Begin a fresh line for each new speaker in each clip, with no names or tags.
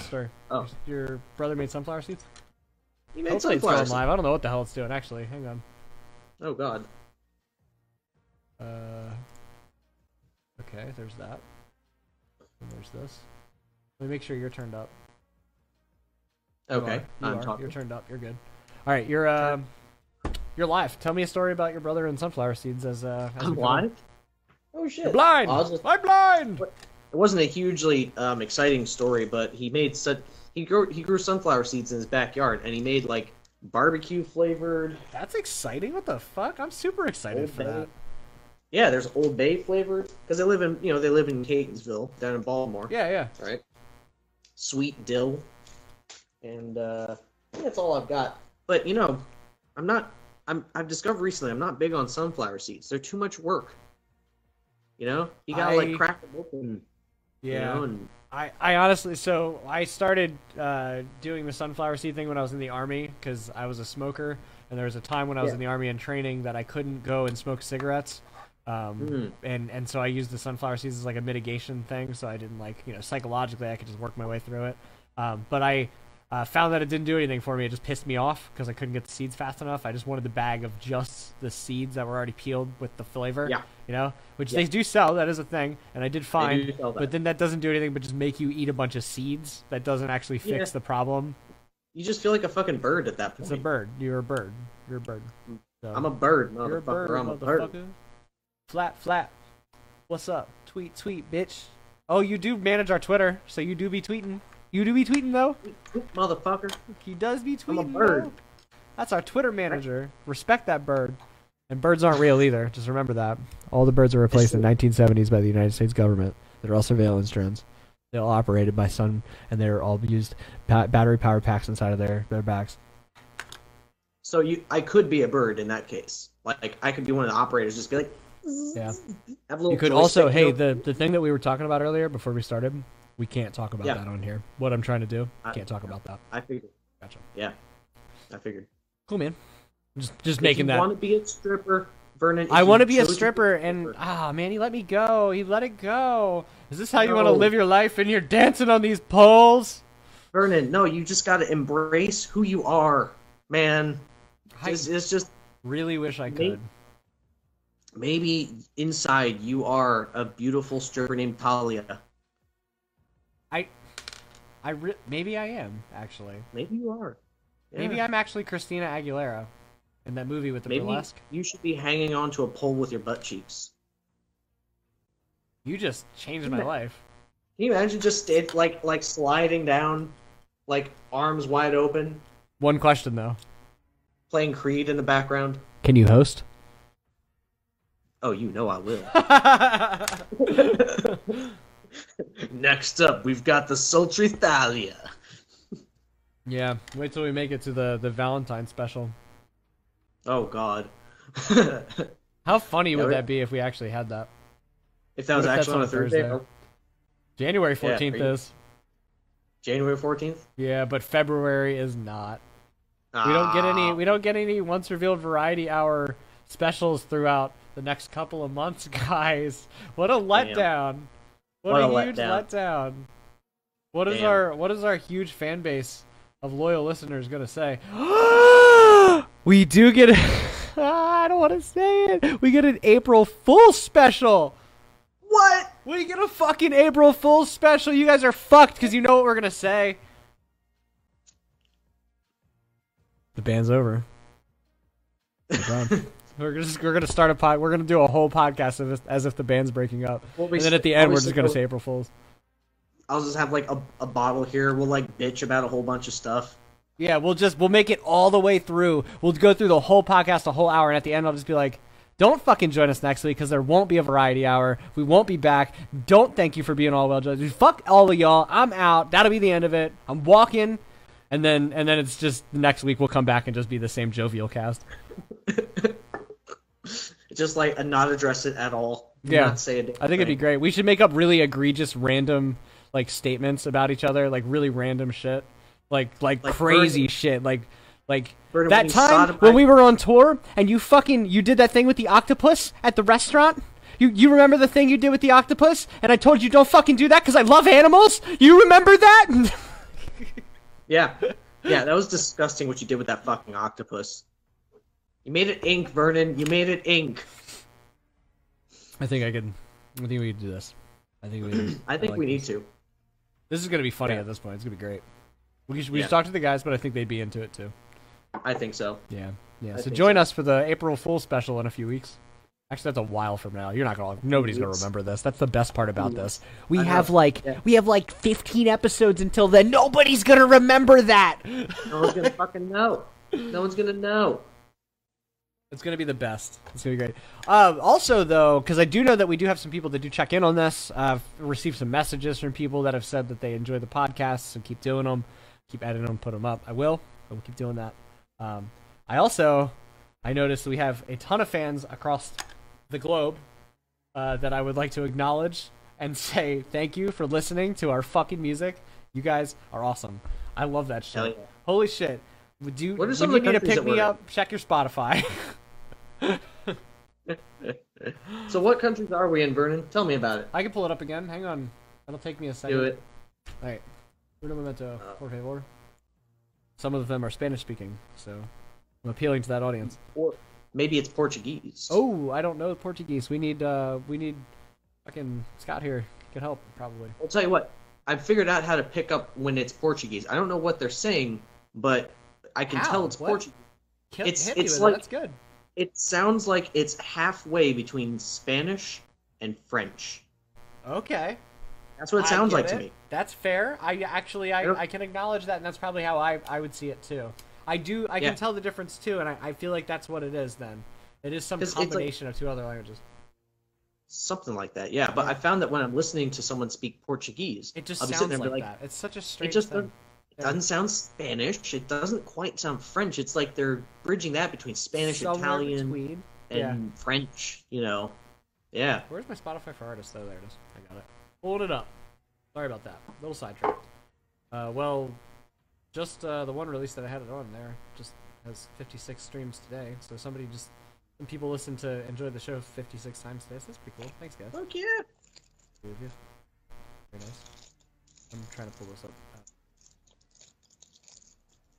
store.
Oh.
Your, your brother made sunflower seeds?
You made
Hopefully it's still
sunflower
alive.
seeds.
I don't know what the hell it's doing, actually. Hang on.
Oh god.
Uh, okay, there's that. And there's this. Let me make sure you're turned up. You
Okay,
are. Oh, You
I'm
are. You're
talking.
turned up. You're good. All right, you're um, you're live. Tell me a story about your brother and sunflower seeds as uh. As
I'm
we go.
blind. Oh shit!
You're blind.
I'll just-
I'm blind.
it wasn't a hugely um, exciting story, but he made such he grew he grew sunflower seeds in his backyard, and he made like barbecue flavored.
That's exciting. What the fuck? I'm super excited
Old
for
Bay.
that.
Yeah, there's Old Bay flavored because they live in you know they live in Catonsville down in Baltimore.
Yeah, yeah.
Right. Sweet dill, and uh, I think that's all I've got. But you know, I'm not. I'm I've discovered recently I'm not big on sunflower seeds. They're too much work. You know, you gotta
I-
like crack them open.
Yeah.
You know, and
I, I honestly, so I started uh, doing the sunflower seed thing when I was in the army because I was a smoker, and there was a time when I was
Yeah.
in the army in training that I couldn't go and smoke cigarettes, um,
Mhm.
and and so I used the sunflower seeds as like a mitigation thing, so I didn't like you know psychologically I could just work my way through it, um, but I uh, found that it didn't do anything for me. It just pissed me off because I couldn't get the seeds fast enough. I just wanted the bag of just the seeds that were already peeled with the flavor,
Yeah.
you know, which
Yeah.
they do sell. That is a thing, and I did find,
do sell that.
but then that doesn't do anything but just make you eat a bunch of seeds. That doesn't actually fix
Yeah.
the problem.
you just feel like a fucking bird at that point.
It's a bird. You're a bird. You're a bird. So,
I'm a bird, motherfucker.
You're a bird,
I'm a bird.
motherfucker. Flat, flat. What's up? Tweet, tweet, bitch. Oh, you do manage our Twitter, so you do be tweeting. You do be tweeting though.
Motherfucker.
He does be tweeting.
I'm a bird.
though. That's our Twitter manager. Respect that bird. And birds aren't real either. Just remember that. All the birds are replaced in 1970s by the United States government. They're all surveillance drones. They're all operated by sun, and they're all used pa- battery powered packs inside of their, their backs.
So you, I could be a bird in that case. Like I could be one of the operators, just be like,
Yeah.
have a little.
You could also,
joystick,
hey,
you know?
the, the thing that we were talking about earlier before we started, we can't talk about
Yeah.
that on here. What I'm trying to do,
I-
can't talk about that.
I figured.
Gotcha.
Yeah, I figured.
Cool, man. Just, just
If
making
you
that.
Want to be a stripper, Vernon? if
I
you
want to be a
chose to
stripper, and ah, man, he let me go. He let it go. Is this how you want to
No.
live your life? And you're dancing on these poles.
Vernon, no, you just gotta embrace who you are, man.
I
It's, it's just
really wish I
Me?
could.
maybe inside you are a beautiful stripper named Talia.
I re- maybe I am actually.
Maybe you are. Yeah.
Maybe I'm actually Christina Aguilera in that movie with the
Maybe
burlesque.
you should be hanging onto a pole with your butt cheeks.
You just changed my life.
Can you imagine just it, like like sliding down, like arms wide open,
One question though:
playing Creed in the background?
Can you host?
Oh, you know I will.
That's
Next up, we've got the sultry Thalia.
yeah. Wait till we make it to the the Valentine special.
Oh God, if
How funny
Yeah,
would
we-
that be if we actually had that?
that
if
was
that's
actually on
on
a Thursday,
Thursday?
or
January
Yeah, are
14th
you-
is.
January fourteenth.
Yeah, but February is not. We don't get
Ah.
any. We don't get any once revealed variety hour specials throughout the next couple of months, guys. What a letdown! What,
What
a,
a
huge
letdown.
letdown! What is
Damn.
our What is our huge fan base of loyal listeners gonna say? we do get. A, I don't want to say it. We get an April Fool special.
What?
We get a fucking April Fool special. You guys are fucked because you know what we're gonna say. The band's over. We're just we're gonna start a pod. We're gonna do a whole podcast of this, as if the band's breaking up,
Well, we
and then
s-
at the end we're
obviously
just gonna
we'll-
say April Fools.
I'll just have like a, a bottle here. We'll like bitch about a whole bunch of stuff.
Yeah, we'll just we'll make it all the way through. We'll go through the whole podcast, a whole hour, and at the end I'll just be like, "Don't fucking join us next week because there won't be a variety hour. We won't be back. Don't thank you for being all well judged. Fuck all of y'all. I'm out. That'll be the end of it. I'm walking." And then, and then it's just next week we'll come back and just be the same jovial cast.
Just like and not address it at all.
Yeah.
Not say it.
I think it'd be great. We should make up really egregious, random like statements about each other, like really random shit, like like,
Like
crazy
Bernie.
shit, like like
Bernie, when
that
you
time
sodomized-
when we were on tour and you fucking you did that thing with the octopus at the restaurant. You you remember the thing you did with the octopus? And I told you don't fucking do that because I love animals. You remember that?
Yeah. Yeah, that was disgusting what you did with that fucking octopus. You made it ink, Vernon. You made it ink.
I think I can. I think we can do this. I think we. Can,
I think
like
we need
this.
to.
This is gonna be funny
Yeah.
at this point. It's gonna be great. We should, we
Yeah.
should talk to the guys, but I think they'd be into it too.
I think so.
Yeah, yeah.
I
so
think
join
so.
us for the April Fool special in a few weeks. Actually, that's a while from now. You're not gonna. Nobody's gonna
Weeks.
remember this. That's the best part about this. We
I know.
have like
Yeah.
we have like 15 episodes until then. Nobody's gonna remember that.
No one's gonna fucking know. No one's gonna know.
It's gonna be the best. It's gonna be great. Um, also, though, because I do know that we do have some people that do check in on this. I've received some messages from people that have said that they enjoy the podcasts and keep doing them, keep editing them, put them up. I will. I will keep doing that. Um, I also, I noticed we have a ton of fans across the globe uh, that I would like to acknowledge and say thank you for listening to our fucking music. You guys are awesome. I love that shit.
Hell yeah.
Holy shit. Would you,
What are
when
some
you
of
need
the
to
countries
pick
that we're
me
in?
up, check your Spotify.
So what countries are we in, Vernon? Tell me about it.
I can pull it up again. Hang on. That'll take me a second.
Do it. Uh.
All right. Uno momento, por favor. Some of them are Spanish speaking, so I'm appealing to that audience.
Or maybe it's Portuguese.
Oh, I don't know Portuguese. We need uh we need fucking Scott here. Could help probably.
I'll tell you what. I figured out how to pick up when it's Portuguese. I don't know what they're saying, but I can
How?
tell it's
What?
Portuguese.
Kill,
It's-
hit me
it's
with it.
like-
that's good.
It sounds like it's halfway between Spanish and French.
Okay.
That's what it sounds like to me.
That's fair. I actually
I
I,
don't-
I can acknowledge that and that's probably how I, I would see it too. I do I
Yeah.
can tell the difference too and I, I feel like that's what it is then. It is some
'Cause it's like-
combination of two other languages.
Something like that, yeah. But I found that when I'm listening to someone speak Portuguese,
It just
I'll be sitting
sounds
there
like,
and
that.
be
It's such a
It
strange
just
thing.
doesn't, it doesn't sound Spanish. It doesn't quite sound French. It's like they're bridging that between Spanish,
Somewhere
Italian,
between.
and French. You know, yeah.
Where's my Spotify for artists? Oh, there it is. I got it. Pulled it up. Sorry about that. Little sidetracked. Uh, well, just uh, the one release that I had it on there just has 56 streams today. So somebody just some people listened to enjoy the show 56 times today. So that's pretty cool. Thanks, guys.
Fuck yeah.
Three of you. Very nice. I'm trying to pull this up. Uh,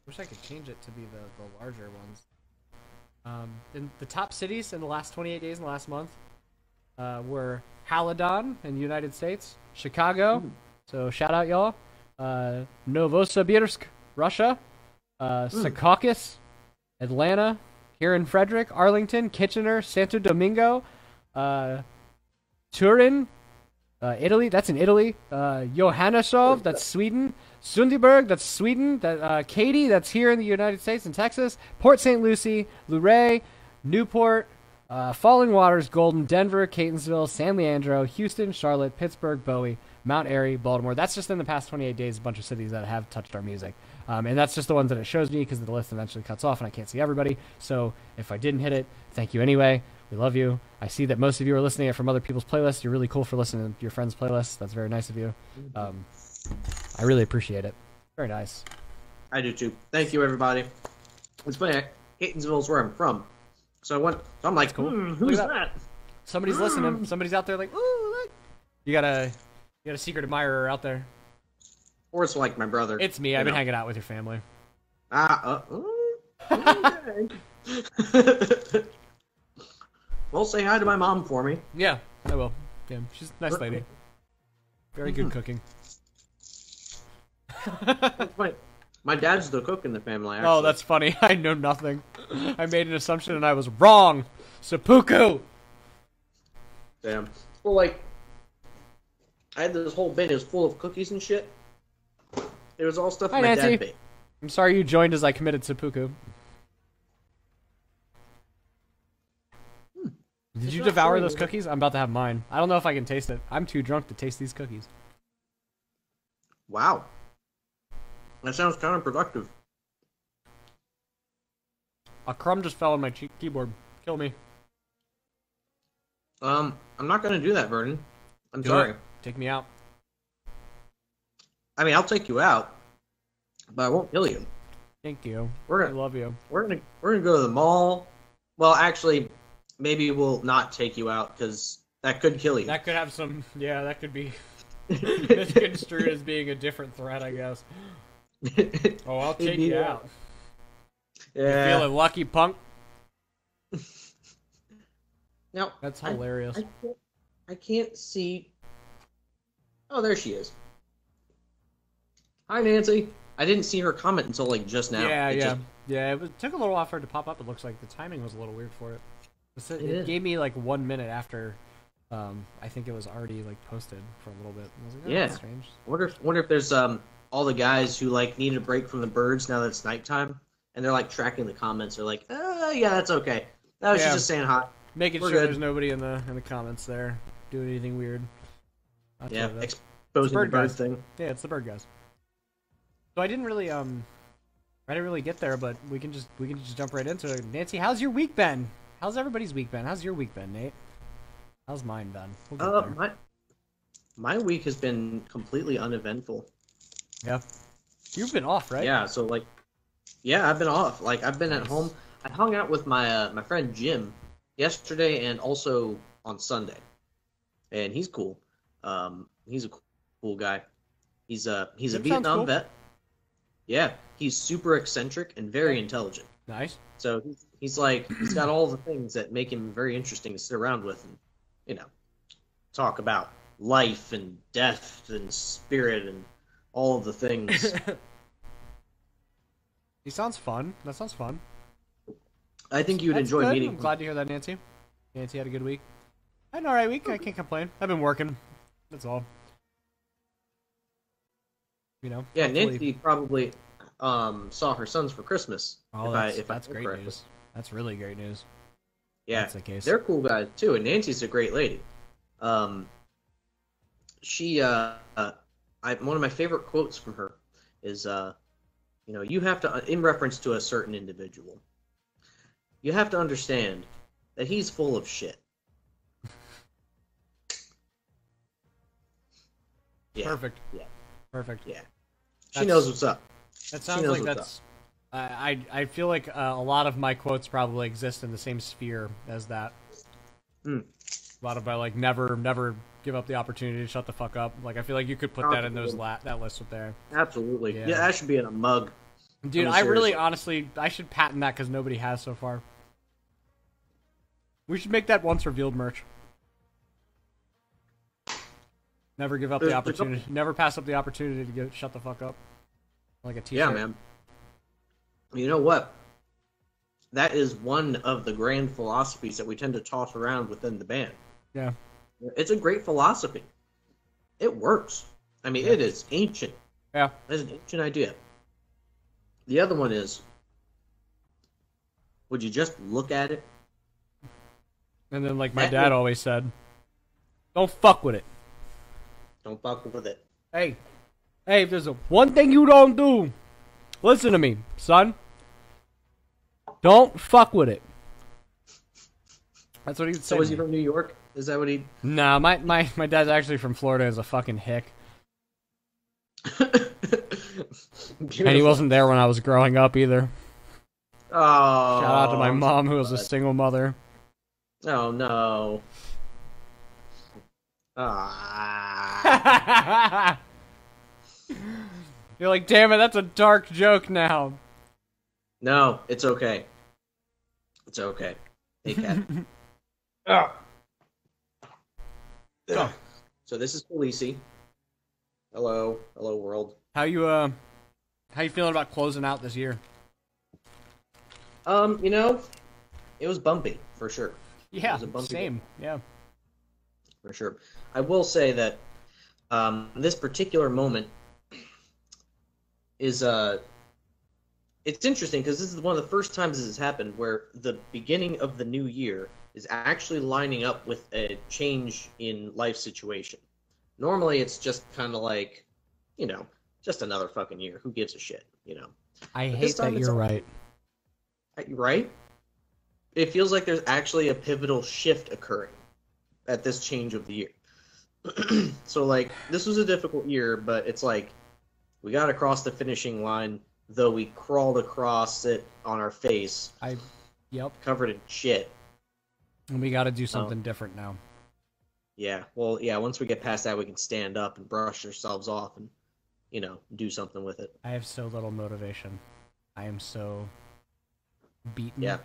wish I could change it to be the, the larger ones. Um, in the top cities in the last 28 days in the last month uh, were Haladon in the United States, Chicago, so shout out y'all, uh, Novosibirsk, Russia, uh, Secaucus, Atlanta, here in Frederick, Arlington, Kitchener, Santo Domingo, uh, Turin, uh, Italy. That's in Italy. Uh, Johanneshov. That's Sweden. Sundbyberg. That's Sweden. That uh, Katy. That's here in the United States in Texas. Port St. Lucie, Luray, Newport, uh, Falling Waters, Golden, Denver, Catonsville, San Leandro, Houston, Charlotte, Pittsburgh, Bowie, Mount Airy, Baltimore. That's just in the past 28 days. A bunch of cities that have touched our music. Um, and that's just the ones that it shows me because the list eventually cuts off and I can't see everybody. So if I didn't hit it, thank you anyway. We love you. I see that most of you are listening from other people's playlists. You're really cool for listening to your friends' playlists. That's very nice of you. Um, I really appreciate it. Very nice.
I do too. Thank you, everybody. It's funny. Catonsville's where I'm from, so I went. So I'm like,
cool.
"Hmm,
Look
who's
at
that?
Somebody's listening. Somebody's out there like, ooh, look. You got a, you got a secret admirer out there.
Or it's like my brother.
It's me. I've been hanging out with your family.
Ah, uh, mm, okay. well, say hi to my mom for me.
Yeah, I will. Damn, she's a nice lady. Very good cooking.
That's funny. My dad's the cook in the family. Actually.
Oh, that's funny. I know nothing. I made an assumption and I was wrong. Seppuku.
damn. Well, like, I had this whole bin is full of cookies and shit. It was all stuff
Hi,
my
Nancy.
dad baked.
I'm sorry you joined as I committed seppuku. Did
Hmm. It's
you
not
devour
fully
those
over.
cookies? I'm about to have mine. I don't know if I can taste it. I'm too drunk to taste these cookies.
Wow, that sounds counterproductive.
A crumb just fell on my cheek keyboard. Kill me.
Um, I'm not gonna do that, Vernon. I'm
Do
sorry.
it. Take me out.
I mean, I'll take you out, but I won't kill you.
Thank you.
We're
I
gonna
love you.
we're gonna we're gonna go to the mall. Well, actually, maybe we'll not take you out because that could kill you.
That could have some. Yeah, that could be misconstrued as being a different threat, I guess.
Oh, I'll take
need
you
it.
out.
yeah.
Feeling lucky, punk.
Now
That's
I-
hilarious.
I can't, I can't see. Oh, there she is. Hi, Nancy. I didn't see her comment until like just now.
yeah,
It
yeah,
just-
yeah. It was- took a little while for it to pop up. It looks like the timing was a little weird for it. It, said-
It
it
is.
gave me like one minute after. Um, I think it was already like posted for a little bit. I was like, oh,
Yeah.
that's strange.
wonder if wonder if there's um all the guys who like need a break from the birds now that it's nighttime and they're like tracking the comments. They're like, uh, yeah, that's okay. No, she's
Yeah.
just saying hi.
Making
We're
sure
good.
there's nobody in the in the comments there doing anything weird. I'll
Yeah,
tell you that.
exposing
bird
the bird
guys.
thing.
yeah, it's the bird guys. So I didn't really um, I didn't really get there, but we can just we can just jump right into it. Nancy, how's your week been? How's everybody's week been? How's your week been, Nate? How's mine been? We'll get
Uh,
there.
my my week has been completely uneventful.
yeah, you've been off, right?
Yeah, so like, yeah, I've been off. Like, I've been at home. I hung out with my uh, my friend Jim yesterday and also on Sunday, and he's cool. Um, he's a cool guy. He's a he's a
Jim sounds
Vietnam
cool.
vet. Yeah, he's super eccentric and very intelligent.
Nice.
So he's, he's like he's got all the things that make him very interesting to sit around with and you know talk about life and death and spirit and all of the things.
He sounds fun. That sounds fun.
I think you'd
That's
enjoy
good.
meeting.
I'm
him.
glad to hear that, Nancy. Nancy had a good week. I had an alright week. I can't complain. I've been working. That's all. You know.
Yeah,
hopefully-
Nancy probably um, saw her sons for Christmas.
Oh,
if I-
that's,
if I
that's
remember
great
correctly.
news. That's really great news.
Yeah,
That's the case.
they're cool guys too, and Nancy's a great lady. Um, she, uh, uh, I, one of my favorite quotes from her is, uh, you know, you have to, uh," in reference to a certain individual, you have to understand that he's full of shit. Yeah,
Perfect.
yeah.
Perfect.
yeah. She
That's-
knows what's up.
That
She
sounds
knows
like that's.
what's
I I I feel like uh, a lot of my quotes probably exist in the same sphere as that.
Hmm.
A lot of my like never never give up the opportunity to shut the fuck up. Like I feel like you could put that in those la- that list up there.
Absolutely.
Yeah.
yeah, that should be in a mug.
Dude,
I'm
I really
serious.
honestly I should patent that because nobody has so far. We should make that once revealed merch. Never give up the
There's- there's
opportunity. Never pass up the opportunity to go shut the fuck up. Like a t-shirt.
Yeah, man. You know what? That is one of the grand philosophies that we tend to toss around within the band.
Yeah.
It's a great philosophy. It works. I mean, it is ancient.
Yeah.
It's an ancient idea. The other one is would you just look at it?
And then like my
That
dad
would-
always said, "Don't fuck with it."
Don't fuck with it.
Hey, hey, if there's a one thing you don't do, listen to me, son. Don't fuck with it. That's what he would say.
So,
to
was he
me.
from New York? Is that what he.
Nah, my, my, my dad's actually from Florida as a fucking hick. And he
Beautiful.
wasn't there when I was growing up either.
Oh, Shout
Shout out to my mom who was a single mother.
Oh no. Ah.
You're like, damn it, that's a dark joke now.
no, it's okay. It's okay. Hey, Cat. Ah. Ugh. So this is Khaleesi. Hello, hello world.
How you uh how you feeling about closing out this year?
Um, you know, it was bumpy for sure,
Yeah,
was a bumpy
same. Yeah.
for sure. I will say that um, this particular moment is uh, it's interesting because this is one of the first times this has happened where the beginning of the new year is actually lining up with a change in life situation. Normally, it's just kind of like, you know, just another fucking year. Who gives a shit, you know?
I
But this
hate that
time it's
you're
all-
right.
Uh, Right? It feels like there's actually a pivotal shift occurring at this change of the year. so, like, this was a difficult year, but it's like we got across the finishing line, though we crawled across it on our face,
I Yep.
covered in shit.
And we
Oh.
gotta do something different now.
Yeah, well, yeah, once we get past that, we can stand up and brush ourselves off and you know, do something with it.
I have so little motivation. I am so beaten
Yeah.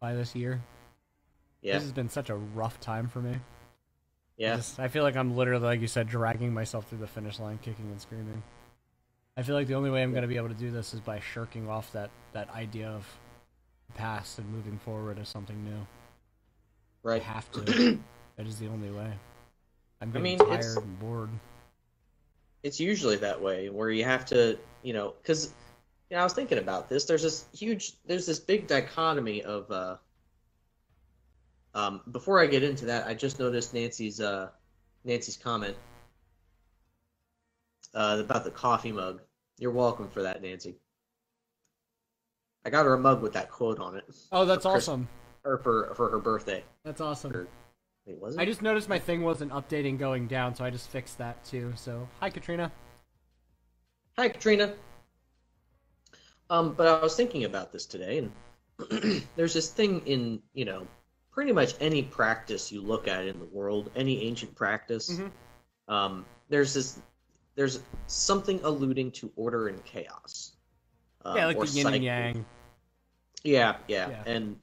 by this year.
Yeah.
This has been such a rough time for me. I,
yeah.
just- I feel like I'm literally, like you said, dragging myself through the finish line, kicking and screaming. I feel like the only way I'm going to be able to do this is by shirking off that, that idea of the past and moving forward as something new. I
Right.
have to. that is the only way. I'm getting
mean,
tired
it's-
and bored.
it's usually that way where you have to you know because you know, i was thinking about this there's this huge there's this big dichotomy of uh um before i get into that i just noticed nancy's uh nancy's comment uh about the coffee mug you're welcome for that nancy i got her a mug with that quote on it
Oh, that's
For Christ-
awesome.
or for for her birthday
That's awesome.
Wait, was it?
I just noticed my thing wasn't updating going down, so I just fixed that too. So, hi Katrina.
Hi, Katrina. Um, but I was thinking about this today, and there's this thing in, you know, pretty much any practice you look at in the world, any ancient practice,
Mhm.
um, there's this, there's something alluding to order and chaos. Um,
yeah, like
or
the yin
cycle.
and yang.
Yeah, yeah,
Yeah.
and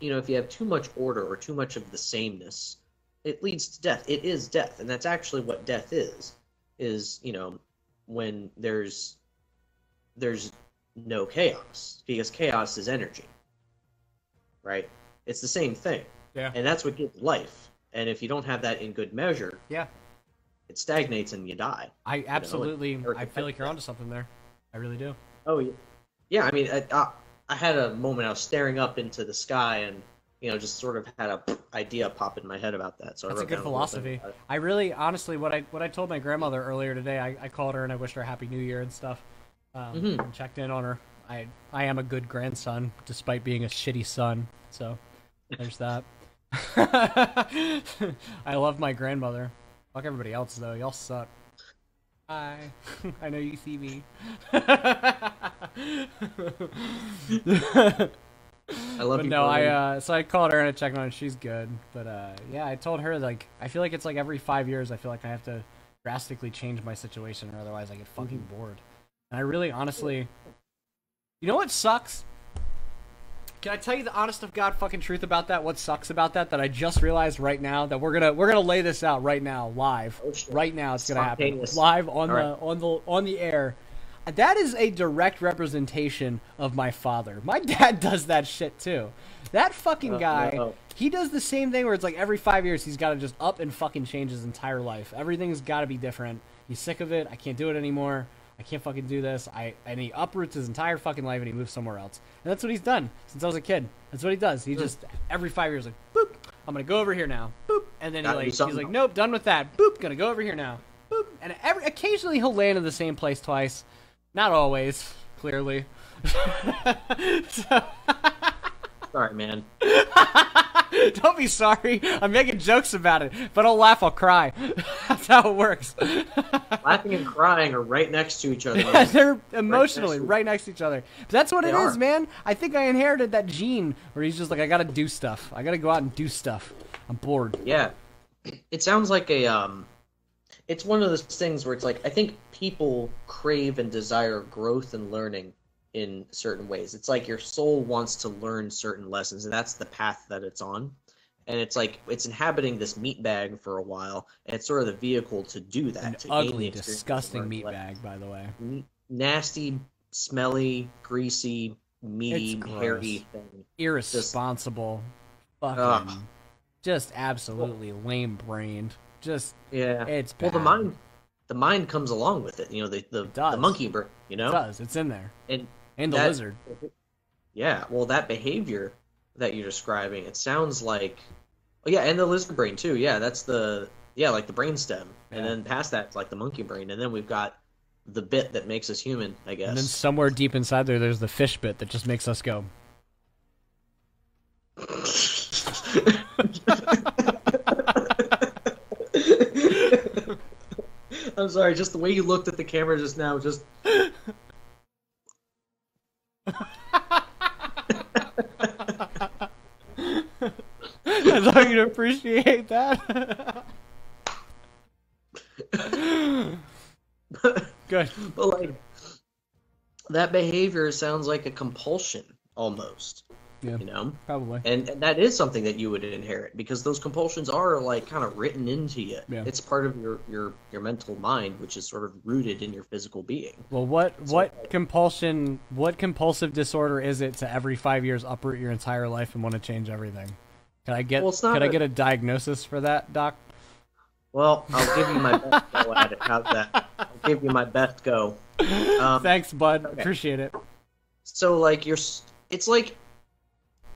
you know, if you have too much order or too much of the sameness, it leads to death. It is death, and that's actually what death is. Is you know, when there's there's no chaos because chaos is energy, right? It's the same thing,
Yeah.
and that's what gives life. And if you don't have that in good measure,
Yeah.
it stagnates and you die.
I absolutely.
or
I feel like you're onto something there. I really do.
Oh yeah, yeah. I mean, I, I, I had a moment. I was staring up into the sky, and you know, just sort of had a idea pop in my head about that. So I
That's a
wrote
good
down little thing
philosophy.
about it.
I really, honestly, what I what I told my grandmother earlier today, I, I called her and I wished her a happy New Year and stuff, um,
Mhm.
and checked in on her. I I am a good grandson despite being a shitty son. So there's that. I love my grandmother. Fuck everybody else though. Y'all suck. Hi. I know you see me.
I love
but
you.
no, I
Colleen.
uh, so I called her and I checked on. her. She's good, but uh, yeah, I told her like I feel like it's like every five years I feel like I have to drastically change my situation, or otherwise I get fucking
Mm-hmm.
bored. And I really, honestly, you know what sucks? Can I tell you the honest of God fucking truth about that? What sucks about that? That I just realized right now that we're gonna we're gonna lay this out right now, live,
Oh, shit.
right now. It's gonna happen
Spontaneous.
live on
All
the
right.
on the on the air. That is a direct representation of my father. My dad does that shit too. That fucking
Uh,
guy,
no.
he does the same thing where it's like every five years he's got to just up and fucking change his entire life. Everything's got to be different. He's sick of it. I can't do it anymore. I can't fucking do this. I and he uproots his entire fucking life and he moves somewhere else. And that's what he's done since I was a kid. That's what he does. He just every five years like boop. I'm gonna go over here now. Boop. And then he
Gotta do
like he's
something
like
else.
nope, done with that. Boop. Gonna go over here now. Boop. And every occasionally he'll land in the same place twice. Not always, clearly. So-
sorry, man.
Don't be sorry. I'm making jokes about it, but I'll laugh, I'll cry. That's how it works.
Laughing and crying are right next to each other.
Yeah, they're emotionally
to-
right next to each other. But that's what it
They
is,
are.
man. I think I inherited that gene where he's just like, I gotta do stuff. I gotta go out and do stuff. I'm bored.
Yeah. It sounds like a um it's one of those things where it's like I think people crave and desire growth and learning in certain ways. It's like your soul wants to learn certain lessons and that's the path that it's on. And it's like it's inhabiting this meat bag for a while and it's sort of the vehicle to do that.
An
to gain the
ugly,
experience of
disgusting
learning
meat
lessons.
bag, by the way.
N- Nasty, smelly, greasy, meaty,
It's gross.
hairy thing.
Irresponsible.
Ugh.
Fucking. Just absolutely lame brained. Just,
Yeah.
it's
Well,
bad.
the mind, the mind comes along with it. You know, the the,
does.
the monkey brain. You
It
know,
does. It's in there.
and
And the
That-
lizard.
yeah, well, that behavior that you're describing, it sounds like, oh yeah, and the lizard brain too. Yeah, that's the yeah, like the brain stem,
Yeah.
and then past that, it's like the monkey brain, and then we've got the bit that makes us human. I guess.
And then somewhere deep inside there, there's the fish bit that just makes us go.
I'm sorry, just the way you looked at the camera just now, just
I thought you'd appreciate that.
but
Good.
like that behavior sounds like a compulsion almost.
Yeah.
You know?
Probably.
And, and that is something that you would inherit because those compulsions are like kind of written into you.
Yeah.
It's part of your, your your mental mind, which is sort of rooted in your physical being.
Well, what
So-
what compulsion, what compulsive disorder is it to every five years uproot your entire life and want to change everything? Can I get
Well, it's not
could I
a-
get a diagnosis for that, doc?
Well, I'll give you my best go at it. How's that? I'll give you my best go. Um,
Thanks, bud.
okay.
Appreciate it.
So like your s- it's like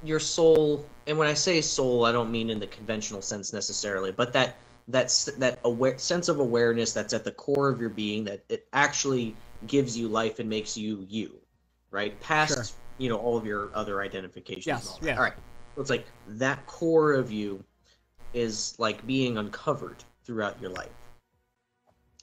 your soul, and when I say soul, I don't mean in the conventional sense necessarily, but that that's that aware sense of awareness that's at the core of your being that it actually gives you life and makes you you, right? Past
Sure.
you know all of your other identifications.
Yes,
and all that.
yeah.
All right. So it's like that core of you is like being uncovered throughout your life,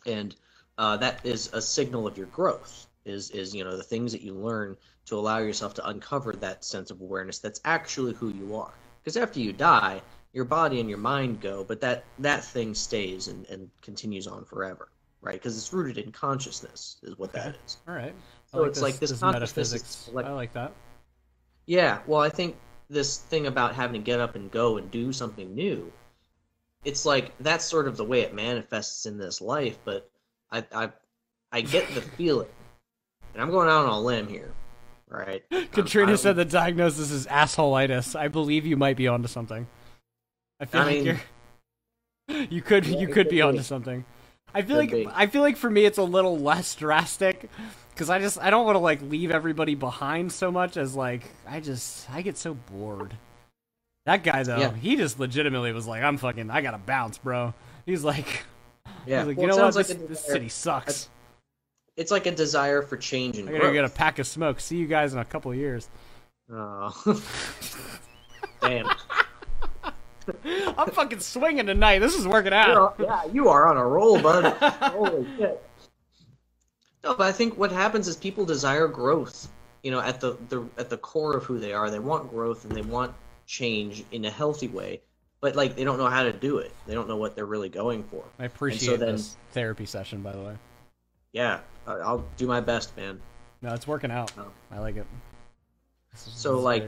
and uh, that is a signal of your growth. Is is you know the things that you learn to allow yourself to uncover that sense of awareness that's actually who you are. Because after you die, your body and your mind go, but that that thing stays and, and continues on forever, right? Because it's rooted in consciousness, is what that
Okay.
is.
All right.
So it's like this consciousness is
metaphysics.
like-
I like that.
Yeah, well, I think this thing about having to get up and go and do something new, it's like that's sort of the way it manifests in this life. But I, I, I get the feeling, and I'm going out on a limb here, right?
Katrina
I'm-
said the diagnosis is assholitis. I believe you might be onto something. I feel
I
like
mean-
you're you could
Yeah,
you
it
could
could
be
be.
onto something. I feel
Could
like
be.
I feel like for me it's a little less drastic because I just I don't want to like leave everybody behind so much as like I just I get so bored. That guy though,
Yeah.
he just legitimately was like, I'm fucking I gotta bounce, bro. He's like,
Yeah,
he's like
well,
you know
it
what,
sounds like
this,
a
this
desire-
city sucks.
It's like a desire for change and
I gotta
growth.
get a pack of smoke. See you guys in a couple of years.
Oh. Damn.
I'm fucking swinging tonight. This is working out.
You're on- yeah, you are on a roll, bud. Holy shit. No, but I think what happens is people desire growth. You know, at the, the at the core of who they are, they want growth and they want change in a healthy way. But like they don't know how to do it. They don't know what they're really going for.
I appreciate
then-
this therapy session, by the way.
Yeah, I- I'll do my best, man.
No, it's working out.
Oh.
I like it. This is-
So,
this is
like,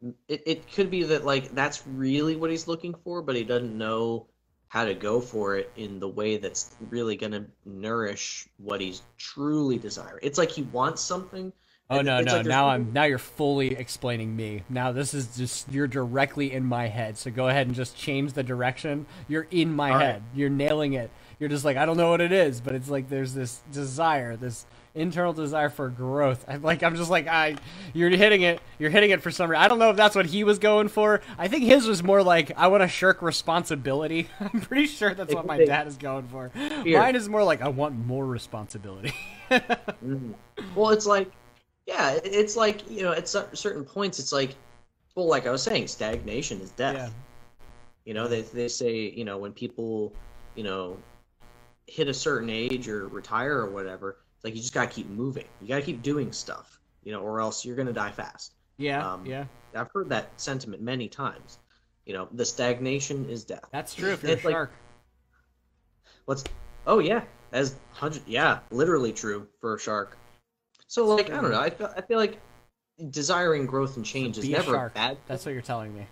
great.
it, it could be that like that's really what he's looking for but he doesn't know how to go for it in the way that's really going to nourish what he's truly desiring it's like he wants something
oh
and
no,
it's
no!
like there's
now
no-
I'm now you're fully explaining me. Now this is just you're directly in my head. So go ahead and just change the direction. You're in my
All right.
head. You're nailing it. You're just like I don't know what it is, but it's like there's this desire, this internal desire for growth. I'm like I'm just like I, you're hitting it. You're hitting it for some reason. I don't know if that's what he was going for. I think his was more like I want to shirk responsibility. I'm pretty sure that's
It
what
could
my
be.
dad is going for.
Fear.
Mine is more like I want more responsibility.
Mhm. well it's like yeah it- it's like you know at cer- certain points it's like well like i was saying stagnation is death
Yeah.
You know, they they say you know when people you know hit a certain age or retire or whatever, it's like you just gotta keep moving. You gotta keep doing stuff. You know, or else you're gonna die fast.
Yeah,
Um,
yeah,
I've heard that sentiment many times. You know, the stagnation is death.
that's true. If you're a
it's like-
shark,
What's? Oh yeah, as hundred. Yeah, literally true for a shark. So like I don't know. I feel I feel like desiring growth and change is
be a
never
shark.
bad.
That's what you're telling me.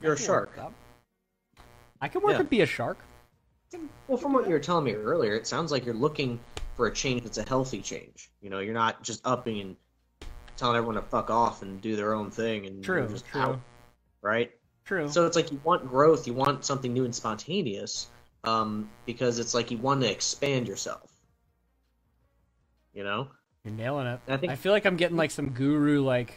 You're
I
a
can
shark.
work with that. I can work
Yeah.
with be a shark.
Well, from what you were telling me earlier, it sounds like you're looking for a change that's a healthy change. You know, you're not just upping and telling everyone to fuck off and do their own thing and
True,
you're just
true,
out, right?
true.
So it's like you want growth, you want something new and spontaneous, um, because it's like you want to expand yourself. You know,
you're nailing it.
And I think-
I feel like I'm getting like some guru like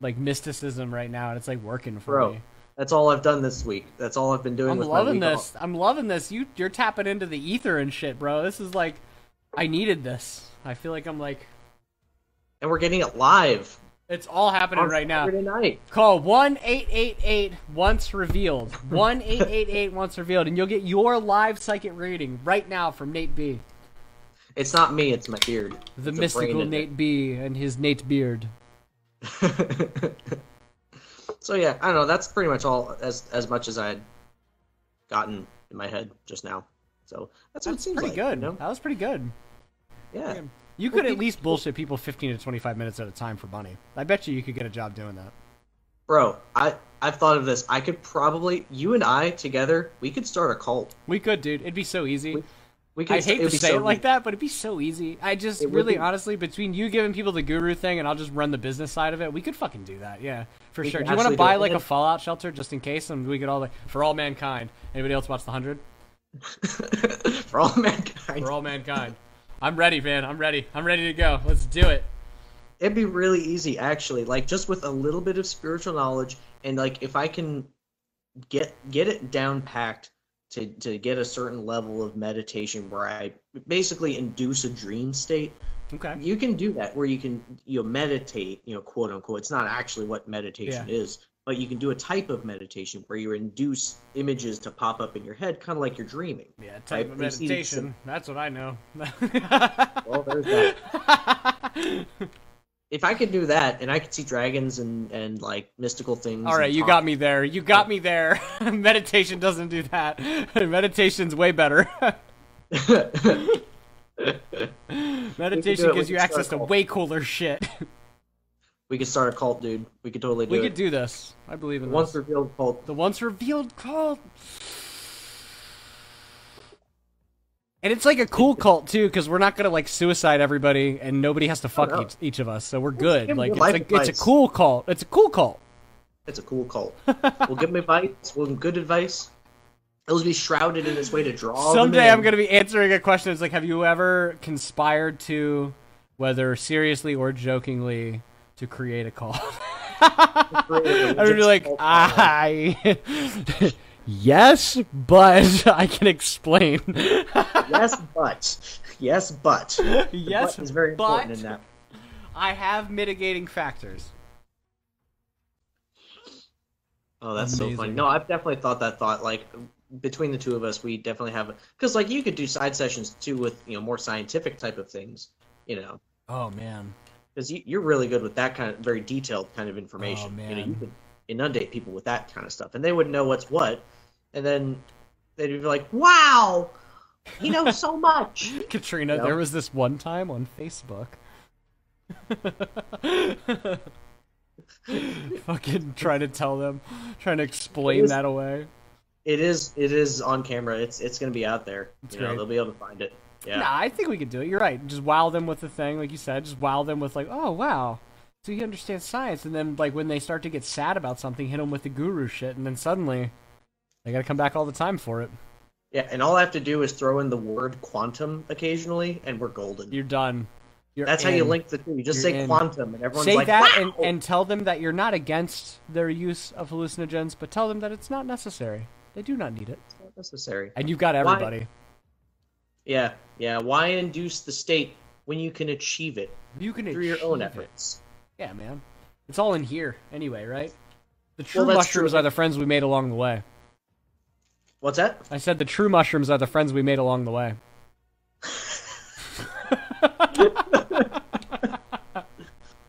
like mysticism right now, and it's like working for
Bro,
me.
that's all I've done this week. That's all I've been doing.
I'm
with
loving
my week
this. I'm loving this. You you're tapping into the ether and shit, bro. This is like, I needed this. I feel like I'm like,
off. and we're getting it live
it's all happening
on
right now.
Saturday night.
Call one eight eight eight once revealed. One eight eight eight once revealed, and you'll get your live psychic reading right now from Nate B,
It's not me. It's my beard.
the
It's a brain
mystical
in it.
Nate B, and his Nate beard.
so yeah, I don't know. That's pretty much all as as much as I had gotten in my head just now. So that's what it
That's
seems
pretty
like.
good.
You know?
That was pretty good.
Yeah.
You
Well,
could at
people-
least bullshit people 15 to 25 minutes at a time for money. I bet you you could get a job doing that.
Bro, I I've thought of this. I could probably you and I together we could start a cult.
We could, dude. It'd be so easy.
We could.
I hate to
it'd be
say
so
it like
neat.
that, but it'd be so easy. I just
It would
really,
be.
honestly, between you giving people the guru thing and I'll just run the business side of it, we could fucking do that. Yeah, for
We
sure.
could
Do you want to buy
absolutely do it.
like a
And-
Fallout shelter just in case, and we could all like for all mankind. Anybody else watch the hundred?
for all mankind.
For all mankind. I'm ready, man. I'm ready. I'm ready to go. Let's do it.
It'd be really easy actually. Like just with a little bit of spiritual knowledge and like if I can get get it down packed to to get a certain level of meditation where I basically induce a dream state
Okay.
you can do that where you can you know, meditate you know quote unquote it's not actually what meditation is but you can do a type of meditation where you induce images to pop up in your head kind of like you're dreaming
Yeah,
Right,
type of
we've seen some-
meditation. That's what I know.
well there's that if i could do that and i could see dragons and and like mystical things
All right,
and
you
talk-
got me there. You got me there. Meditation doesn't do that. Meditation's way better.
do
Meditation
it. We
gives you
can
access to
circle.
way cooler shit.
we could start a cult dude we could totally do
we
it
could do this. I believe in
once
this.
revealed cult
The once revealed cult. And it's like a cool cult too, because we're not gonna like suicide everybody, and nobody has to fuck
no.
each, each of us, so we're good.
give
Like
them
it's
life
a, it's a
advice.
cool cult. It's a cool cult.
it's a cool cult we'll give them advice we'll give them good advice it'll be shrouded in this way to draw them
Someday I'm
in.
going to be answering a question. It's like, have you ever conspired to, whether seriously or jokingly, to create a call? I'm going to be like, "Ah." I. yes, but I can explain.
yes, but yes, but The
yes,
but is very
but
important in that.
I have mitigating factors.
Oh, that's so funny.
Amazing.
No, I've definitely thought that thought. Like between the two of us, we definitely have because like you could do side sessions too with you know more scientific type of things. You know,
Oh, man.
because you, you're really good with that kind of very detailed kind of information.
Oh,
You know, you
man.
could inundate people with that kind of stuff, and they would know what's what, and then they'd be like, "Wow, he knows so much."
Katrina,
Yeah.
there was this one time on Facebook. Fucking trying to tell them, trying to explain
was-
that away.
It is. It is on camera. It's. It's going to be out there.
That's
you know,
great.
they'll be able to find it. Yeah.
Nah, I think we could do it. You're right. Just wow them with the thing, like you said. Just wow them with like, oh wow, so you understand science. And then like when they start to get sad about something, hit them with the guru shit, and then suddenly they gotta come back all the time for it.
Yeah, and all I have to do is throw in the word quantum occasionally, and we're golden.
You're done. You're
That's how you
in.
link the two. You just
You're
say
in.
quantum, and everyone's
Say
like,
that
"Wow!"
and, and tell them that you're not against their use of hallucinogens, but tell them that it's not necessary. They do not need it.
It's not necessary.
And you've got everybody.
Yeah, yeah. Why induce the state when you can achieve it
You can
through your own
achieve it.
efforts?
Yeah, man. It's all in here anyway, right? The true
that's
mushrooms
true.
are the friends we made along the way.
What's that?
I said the true mushrooms are the friends we made along the way.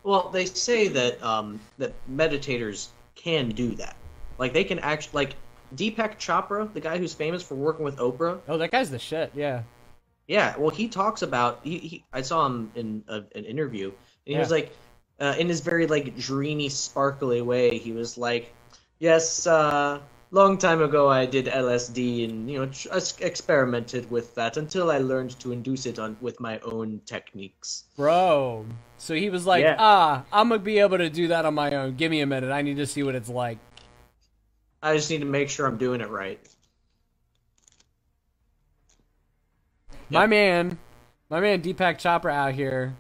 Well, they say that um, that meditators can do that. Like they can actually, like Deepak Chopra, the guy who's famous for working with Oprah.
Oh, that guy's the shit. Yeah.
Yeah, well, he talks about he. he I saw him in a, an interview, and he was
Yeah.
like, uh, in his very like dreamy, sparkly way, he was like, "Yes, uh, long time ago, I did LSD and you know tr- ex- experimented with that until I learned to induce it on with my own techniques."
Bro. So he was like,
Yeah.
ah, I'm going to be able to do that on my own. Give me a minute. I need to see what it's like.
I just need to make sure I'm doing it right.
My man, my man Deepak Chopra out here.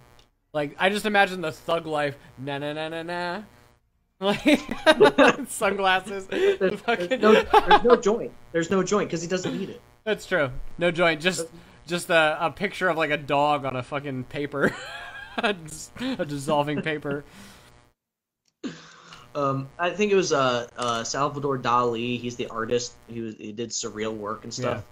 Like, I just imagine the thug life. Na na na na na. Like, sunglasses.
There's,
Fucking-
there's no, there's no joint. There's no joint because he doesn't need it.
That's true. No joint. Just just a, a picture of like a dog on a fucking paper. a dis- a dissolving paper.
Um, I think it was uh, uh, Salvador Dali. He's the artist. He, was, he did surreal work and stuff.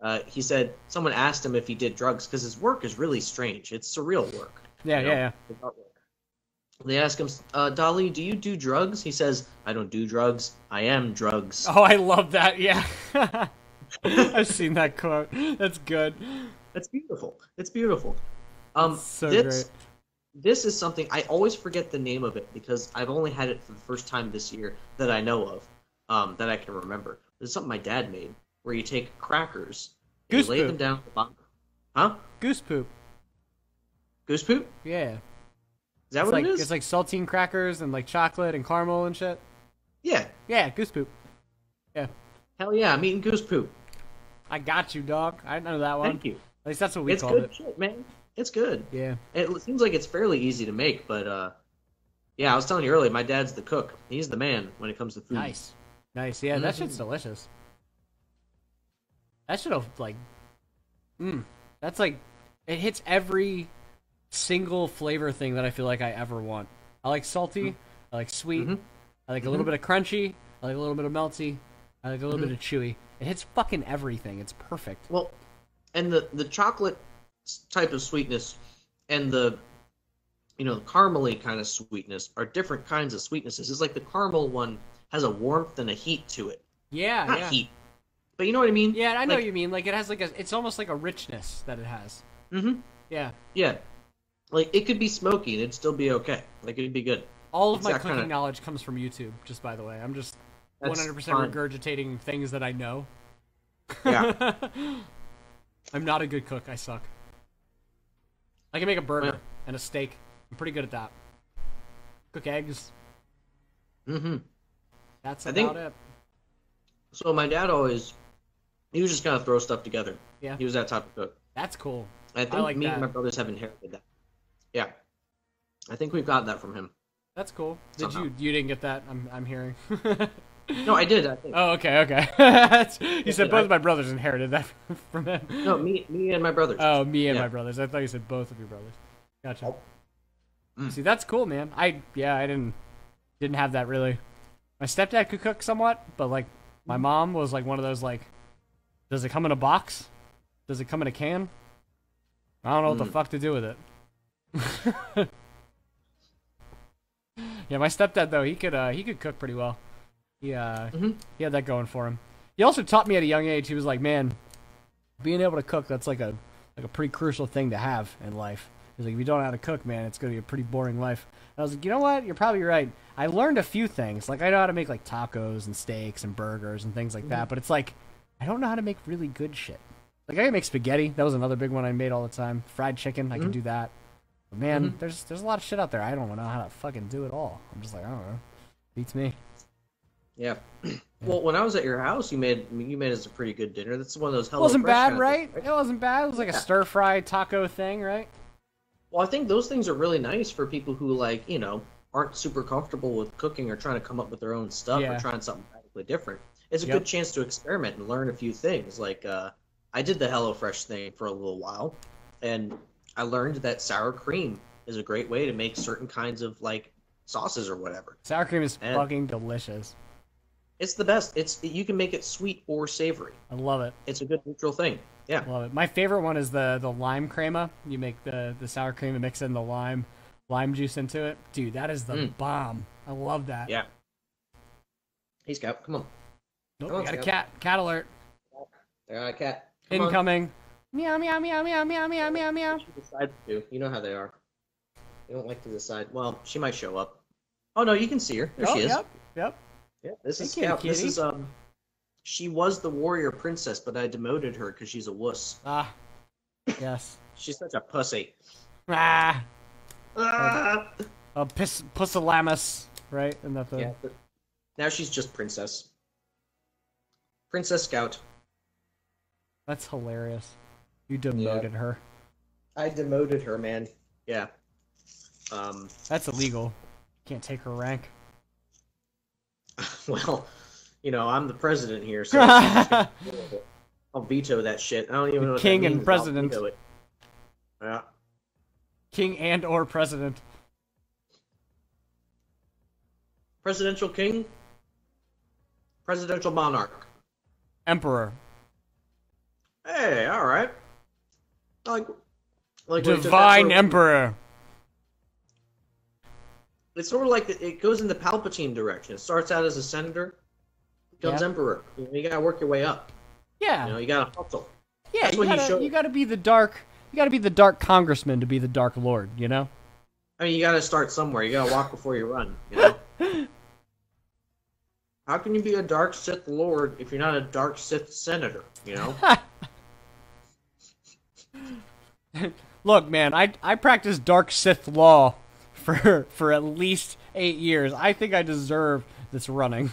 Uh, he said someone asked him if he did drugs because his work is really strange. It's surreal work.
Yeah,
you
yeah,
know,
yeah.
his artwork. They ask him, uh, Dali, do you do drugs? He says, I don't do drugs. I am drugs.
Oh, I love that. Yeah. I've seen that quote. That's good.
That's beautiful. It's beautiful. Um,
It's so
this, this is something I always forget the name of it because I've only had it for the first time this year that I know of, um, that I can remember. It's something my dad made where you take crackers, and
Goose
you lay
poop.
them down at the bottom. Huh?
Goose poop.
Goose poop? Is
Yeah.
that
It's
what
like
it is?
it's like saltine crackers and like chocolate and caramel and shit.
yeah.
Yeah, goose poop.
Hell yeah, I'm eating goose poop.
I got you, dog. I know that one.
Thank you.
At least that's what we
it's
called
good
it.
shit, man. It's good.
Yeah.
It seems like it's fairly easy to make, but uh, yeah, I was telling you earlier, my dad's the cook. He's the man when it comes to food.
Nice. Mm. Mm-hmm. Nice. Yeah, that
Mhm.
shit's delicious. That should have like mm, that's like it hits every single flavor thing that I feel like I ever want. I like salty, I like sweet,
Mhm.
I like a little bit of crunchy, I like a little bit of melty, I like a little bit of chewy. It hits fucking everything. It's perfect.
Well, and the the chocolate s- type of sweetness and the you know the caramely kind of sweetness are different kinds of sweetnesses. It's like the caramel one has a warmth and a heat to it.
Yeah,
Not
Ah, yeah.
heat, but you know what I mean.
Yeah, I know
Like-
what you mean. Like it has like a it's almost like a richness that it has.
Mhm.
Yeah.
Yeah. Like it could be smoky and it'd still be okay. Like it'd be good.
All of
It's
my
that
cooking
kinda-
knowledge comes from YouTube, just by the way. I'm just
That's
100%
fine.
regurgitating things that I know.
Yeah.
I'm not a good cook. I suck. I can make a burger
Yeah.
and a steak. I'm pretty good at that. Cook eggs.
hmm
That's
I
about
think-
it.
So my dad always, he was just kind of throw stuff together.
Yeah.
He was that type of cook.
That's cool.
I think
like
me and
that.
my brothers have inherited that. Yeah. I think we've got that from him.
That's cool. Did
Somehow.
you? You didn't get that? I'm I'm hearing.
No, I did. I think.
Oh, okay, okay. That's- you said
I-
both of my brothers inherited that from him.
No, me, me and my brothers.
Oh, me and
Yeah.
my brothers. I thought you said both of your brothers. Gotcha.
Nope. Mm.
See, that's cool, man. I yeah, I didn't didn't have that really. My stepdad could cook somewhat, but like my mom was like one of those like, does it come in a box? Does it come in a can? I don't know what the
Mm.
fuck to do with it. yeah, my stepdad though he could uh, he could cook pretty well. He uh,
Mhm.
he had that going for him. He also taught me at a young age. He was like, man, being able to cook that's like a like a pretty crucial thing to have in life. He's like, if you don't know how to cook, man, it's gonna be a pretty boring life. And I was like, you know what? You're probably right. I learned a few things. Like I know how to make like tacos and steaks and burgers and things like that. But it's like I don't know how to make really good shit. Like I can make spaghetti. That was another big one I made all the time. Fried chicken. I can do that. But man, there's there's a lot of shit out there. I don't know how to fucking do it all. I'm just like I don't know. Beats me.
Yeah. Well, when I was at your house, you made you made us a pretty good dinner. That's one of those.
It
Hello
wasn't
Fresh
bad,
kind of things,
right? It wasn't bad. It was like a
Yeah.
stir fry taco thing, right?
Well, I think those things are really nice for people who like you know aren't super comfortable with cooking or trying to come up with their own stuff
Yeah.
or trying something radically different. It's a
Yep.
good chance to experiment and learn a few things. Like uh, I did the HelloFresh thing for a little while, and I learned that sour cream is a great way to make certain kinds of like sauces or whatever.
Sour cream is
Man.
fucking delicious.
It's the best. It's you can make it sweet or savory.
I love it.
It's a good neutral thing. Yeah.
Love it. My favorite one is the the lime crema. You make the the sour cream and mix in the lime lime juice into it. Dude, that is the
Mm.
bomb. I love that.
Yeah. Hey, Scout, come on.
Nope,
Come
we
on,
got a
Scout.
cat cat alert
There are a cat. Come on.
incoming. Meow meow meow meow meow meow meow meow.
She decides to. You know how they are. They don't like to decide. Well, she might show up. Oh no, you can see her. There
Oh,
she is.
Yep. Yep.
Yeah, this is
Thank you,
Scout. This
kitty.
is um. She was the warrior princess, but I demoted her because she's a wuss.
Ah. Yes.
She's such a pussy.
Ah.
Ah!
A pis- pusillanimous, right? And that the
Yeah. but Now she's just princess. Princess Scout.
that's hilarious. You demoted her.
I demoted her, man. Yeah. Um.
That's illegal. Can't take her rank.
Well, you know, I'm the president here, so
That's
I'll veto that shit. I don't even know what that
King and
means, but I'll
president.
veto it. Yeah.
King and or president.
Presidential king? Presidential monarch.
Emperor.
Hey, all right. Like, like when you took that
Divine
sort of-
Emperor.
It's sort of like the, it goes in the Palpatine direction. It starts out as a senator, becomes
Yeah.
emperor. You, know, you gotta work your way up.
Yeah,
You know, you gotta hustle.
yeah.
that's
you
what he
gotta,
showed.
you gotta be the dark. You gotta be the dark congressman to be the dark lord. You know.
I mean, you gotta start somewhere. You gotta walk before you run. You know? How can you be a dark Sith Lord if you're not a dark Sith Senator? You know,
Look, man, I I practiced dark Sith law for for at least eight years. I think I deserve this running.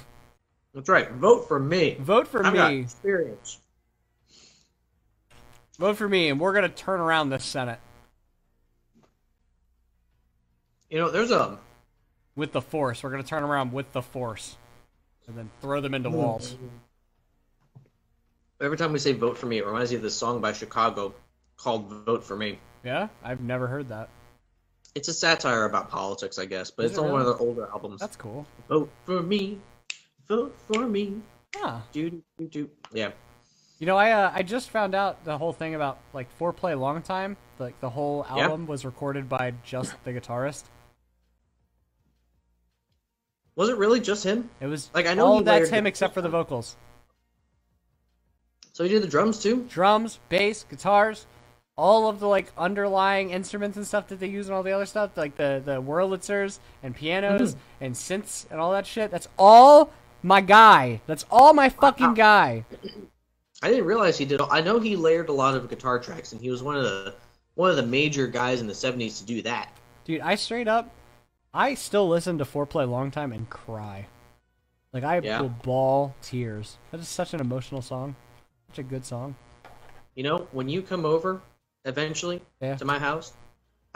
that's right. Vote for me.
Vote for
I've
me.
got experience.
Vote for me, and we're gonna turn around this Senate
You know, there's a
with the Force. We're gonna turn around with the Force, and then throw them
Hmm.
into walls.
every time we say vote for me, it reminds me of this song by Chicago called "Vote for Me."
Yeah, I've never heard that.
It's a satire about politics, I guess, but
Is
it's
it
on one of
really?
their older albums.
That's cool.
Vote for me, vote for me.
Yeah.
Do do do. Yeah,
You know, I uh, I just found out the whole thing about like foreplay long time. Like the whole
Yeah.
album was recorded by just the guitarist.
was it really just him?
It was
Like, I know
all
he
that's
layered
him
the-
except for the vocals,
So he did the drums too.
drums, bass, guitars, all of the like underlying instruments and stuff that they use and all the other stuff, like the the Wurlitzers and pianos
Hmm.
and synths and all that shit. That's all my guy. That's all my fucking guy.
I didn't realize he did. all- I know he layered a lot of guitar tracks, and he was one of the one of the major guys in the '70s to do that.
Dude, I straight up, I still listen to Foreplay Long Time and cry. Like, I
Yeah.
will ball tears. That is such an emotional song. Such a good song.
You know, when you come over eventually
Yeah.
to my house,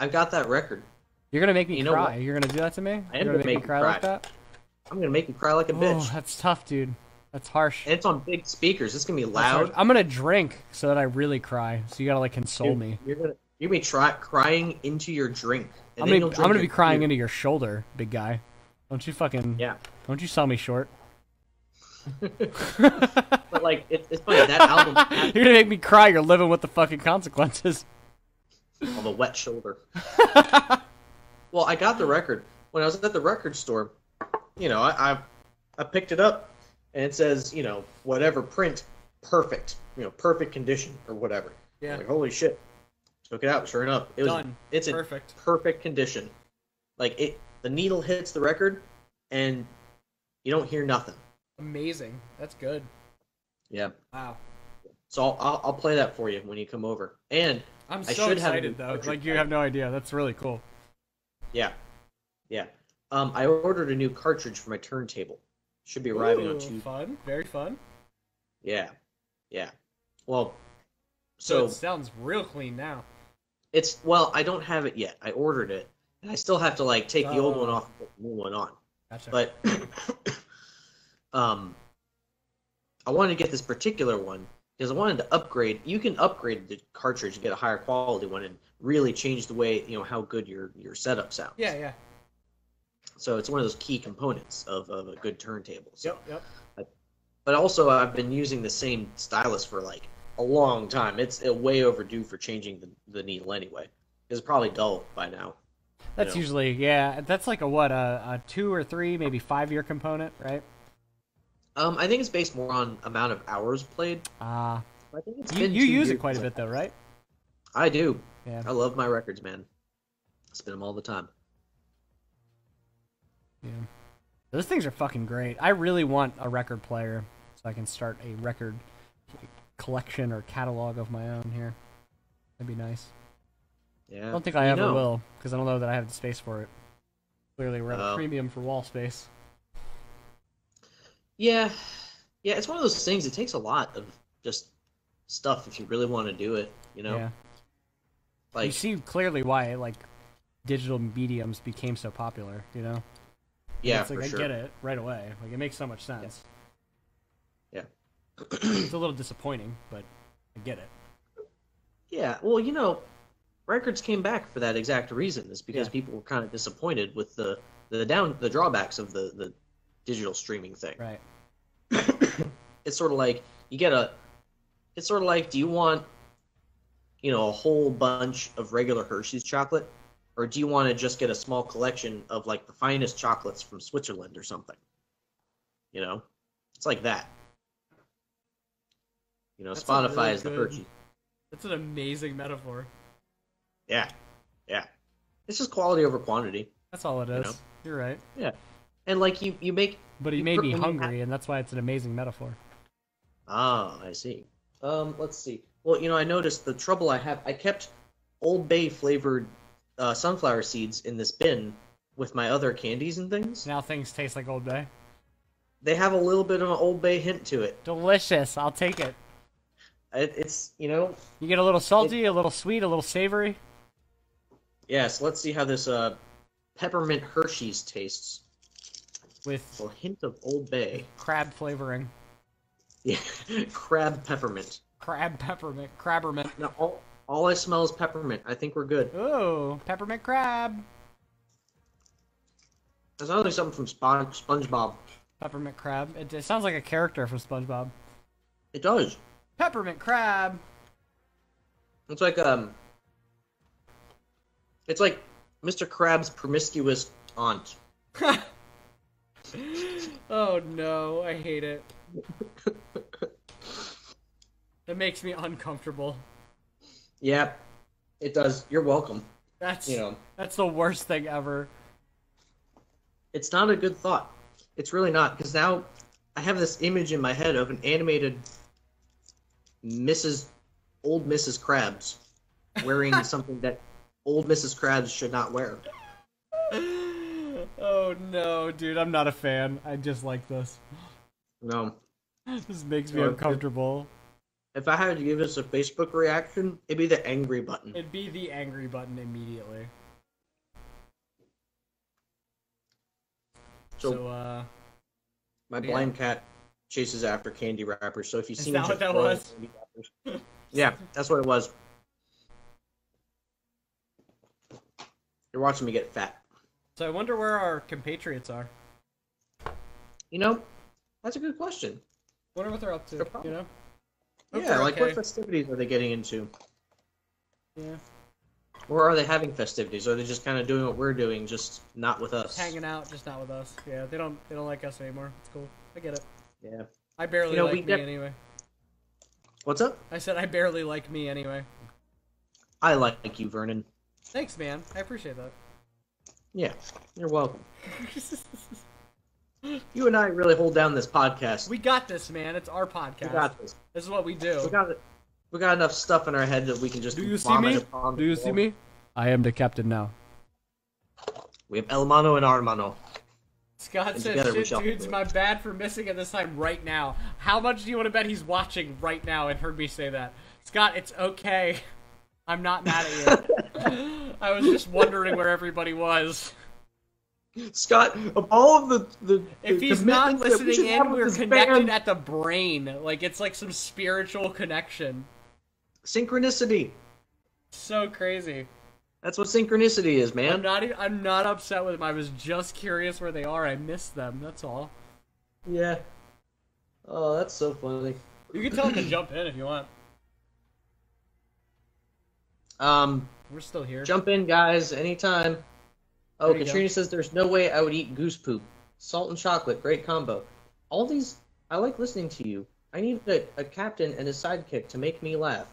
I've got that record.
You're going to make me
You know
cry.
what?
You're going to do that to me?
I
You're
am
going to
gonna
make,
make
me
you
cry, like
cry.
that?
I'm gonna make you cry like a
Oh,
bitch,
that's tough, dude. That's harsh.
and it's on big speakers. It's gonna be
That's harsh.
loud.
I'm going to drink so that I really cry. So you got to, like, console
You're,
me.
you're gonna you're gonna be try, crying into your drink. and
I'm
then
going
you'll
to I'm
drink
gonna be
your
crying
beer.
into your shoulder, big guy. Don't you fucking.
Yeah,
Don't you sell me short.
but like it, it's funny that album
You're
had
going to make me cry. You're living with the fucking consequences.
on the wet shoulder. well, I got the record when I was at the record store. You know, I, I I picked it up, and it says you know whatever print, perfect, you know perfect condition or whatever.
Yeah.
Like holy shit, took it out. Sure enough, it was
Done.
it's in
Perfect.
perfect condition. Like it, the needle hits the record, and you don't hear nothing.
Amazing. That's good.
Yeah.
Wow.
So I'll, I'll, I'll play that for you when you come over. And
I'm
I so should have excited, been though. tortured.
Like you have no idea. That's really cool.
yeah, yeah. Um, I ordered a new cartridge for my turntable. Should be arriving on Tuesday.
fun. Very fun.
Yeah, yeah. Well, so
sounds real clean now.
it's well, I don't have it yet. I ordered it, and I still have to like take the old one off and put the new one on.
Gotcha.
But um, I wanted to get this particular one because I wanted to upgrade. You can upgrade the cartridge and get a higher quality one, and really change the way you know how good your your setup sounds.
yeah, yeah.
So it's one of those key components of, of a good turntable. So,
Yep, yep.
But also, I've been using the same stylus for like a long time. It's uh, way overdue for changing the, the needle anyway. It's probably dull by now.
That's
know.
usually yeah. That's like a what a, a two or three, maybe five year component, right?
Um, I think it's based more on amount of hours played.
Uh
I think it's
you,
been
you
two
use it
years Oh.
quite a
since
bit though, right?
I I do.
Yeah.
I love my records, man. I spin them all the time.
Yeah. Those things are fucking great. I really want a record player so I can start a record collection or catalog of my own here. That'd be nice.
Yeah.
I don't think I
You
ever
know,
will because I don't know that I have the space for it. Clearly, we're at a
Oh.
premium for wall space.
Yeah. Yeah, it's one of those things. It takes a lot of just stuff if you really want to do it. You know,
Yeah, you
like
see clearly why like digital mediums became so popular. You know,
yeah,
it's like
for
I
sure.
get it right away. Like it makes so much sense.
Yeah.
it's a little disappointing, but I get it.
Yeah, well, you know, records came back for that exact reason. Is because
Yeah.
people were kind of disappointed with the the down the drawbacks of the the digital streaming thing.
Right.
It's sort of like you get a. It's sort of like, do you want, you know, a whole bunch of regular Hershey's chocolate, or do you want to just get a small collection of like the finest chocolates from Switzerland or something? You know, it's like that. You know,
That's a
Spotify
really
is the
good-
Hershey.
That's an amazing metaphor.
Yeah, yeah. It's just quality over quantity.
That's all it
You
is.
know?
You're right.
And like you, you make.
But he
You
made
put-
me
when you
hungry, and that's why it's an amazing metaphor.
Ah, I see. Um, let's see. Well, you know, I noticed the trouble I have. I kept Old Bay flavored uh, sunflower seeds in this bin with my other candies and things.
Now things taste like Old Bay.
They have a little bit of an Old Bay hint to it.
Delicious. I'll take it.
it it's you know,
You get a little salty, a little sweet, a little savory.
yeah. So let's see how this uh, peppermint Hershey's tastes.
with
Well, hint of Old Bay.
crab flavoring.
Yeah, crab peppermint.
Crab peppermint. Crabbermint.
Now all all I smell is peppermint. I think we're good.
Ooh, peppermint crab.
That sounds like something from Spon- SpongeBob.
Peppermint crab. It, it sounds like a character from SpongeBob.
It does.
Peppermint crab.
It's like um. It's like Mr. Krabs' promiscuous aunt.
oh no, I hate it. It makes me uncomfortable.
Yeah, it does. You're welcome.
That's
You know,
That's the worst thing ever.
it's not a good thought. It's really not because now I have this image in my head of an animated Mrs. Old Mrs. Krabs wearing something that old Mrs. Krabs should not wear.
Oh no, dude, I'm not a fan. I just like this.
No.
This makes me
Oh, it-
uncomfortable.
If I had to give this a Facebook reaction, it'd be the angry button.
it'd be the angry button immediately.
So-
So, uh
My
Yeah.
blind cat chases after candy wrappers. So if you
Is
see
that
me,
what
just
that
throwing
was?
candy wrappers- yeah, that's what it was. You're watching me get fat.
so I wonder where our compatriots are.
You know, that's a good question.
Wonder what they're up to,
No problem.
you know? Hope
Yeah,
they're
like
okay.
what festivities are they getting into?
Yeah.
Or are they having festivities? Are they just kind of doing what we're doing, just not with us?
Hanging out, just not with us. Yeah, they don't they don't like us anymore. It's cool. I get it.
Yeah.
I barely
You know,
like
we
me
def-
anyway.
What's up?
I said I barely like me anyway.
I like you, Vernon.
Thanks, man. I appreciate that.
Yeah, you're welcome. You and I really hold down this podcast.
we got this, man. It's our podcast.
We got this.
This is what we
We
do.
got it. We got enough stuff in our head that we can just
Do you see
vomit
me?
upon the
Do you see
wall.
me? I am the captain now.
We have El Mano and Armano.
Scott
And
says,
together we
"Shit,
shall
dudes,
do it."
my bad for missing it this time right now. How much do you want to bet he's watching right now and heard me say that?" Scott, it's okay. I'm not mad at you. I was just wondering where everybody was.
Scott, of all of the the
If
the
he's not
commitments that we should
listening
have
in,
with
we're
this
connected
band-
at the brain. Like it's like some spiritual connection.
synchronicity.
So crazy.
That's what synchronicity is,
I'm
man.
not. e- I'm not upset with them. I was just curious where they are. I missed them. That's all.
Yeah. Oh, that's so funny.
You can tell them to jump in if you want.
Um,
We're still here.
jump in, guys, anytime. Oh,
There you
Katrina says there's no way I would eat goose poop. Salt and chocolate, great combo. All these, I like listening to you. I need a, a captain and a sidekick to make me laugh.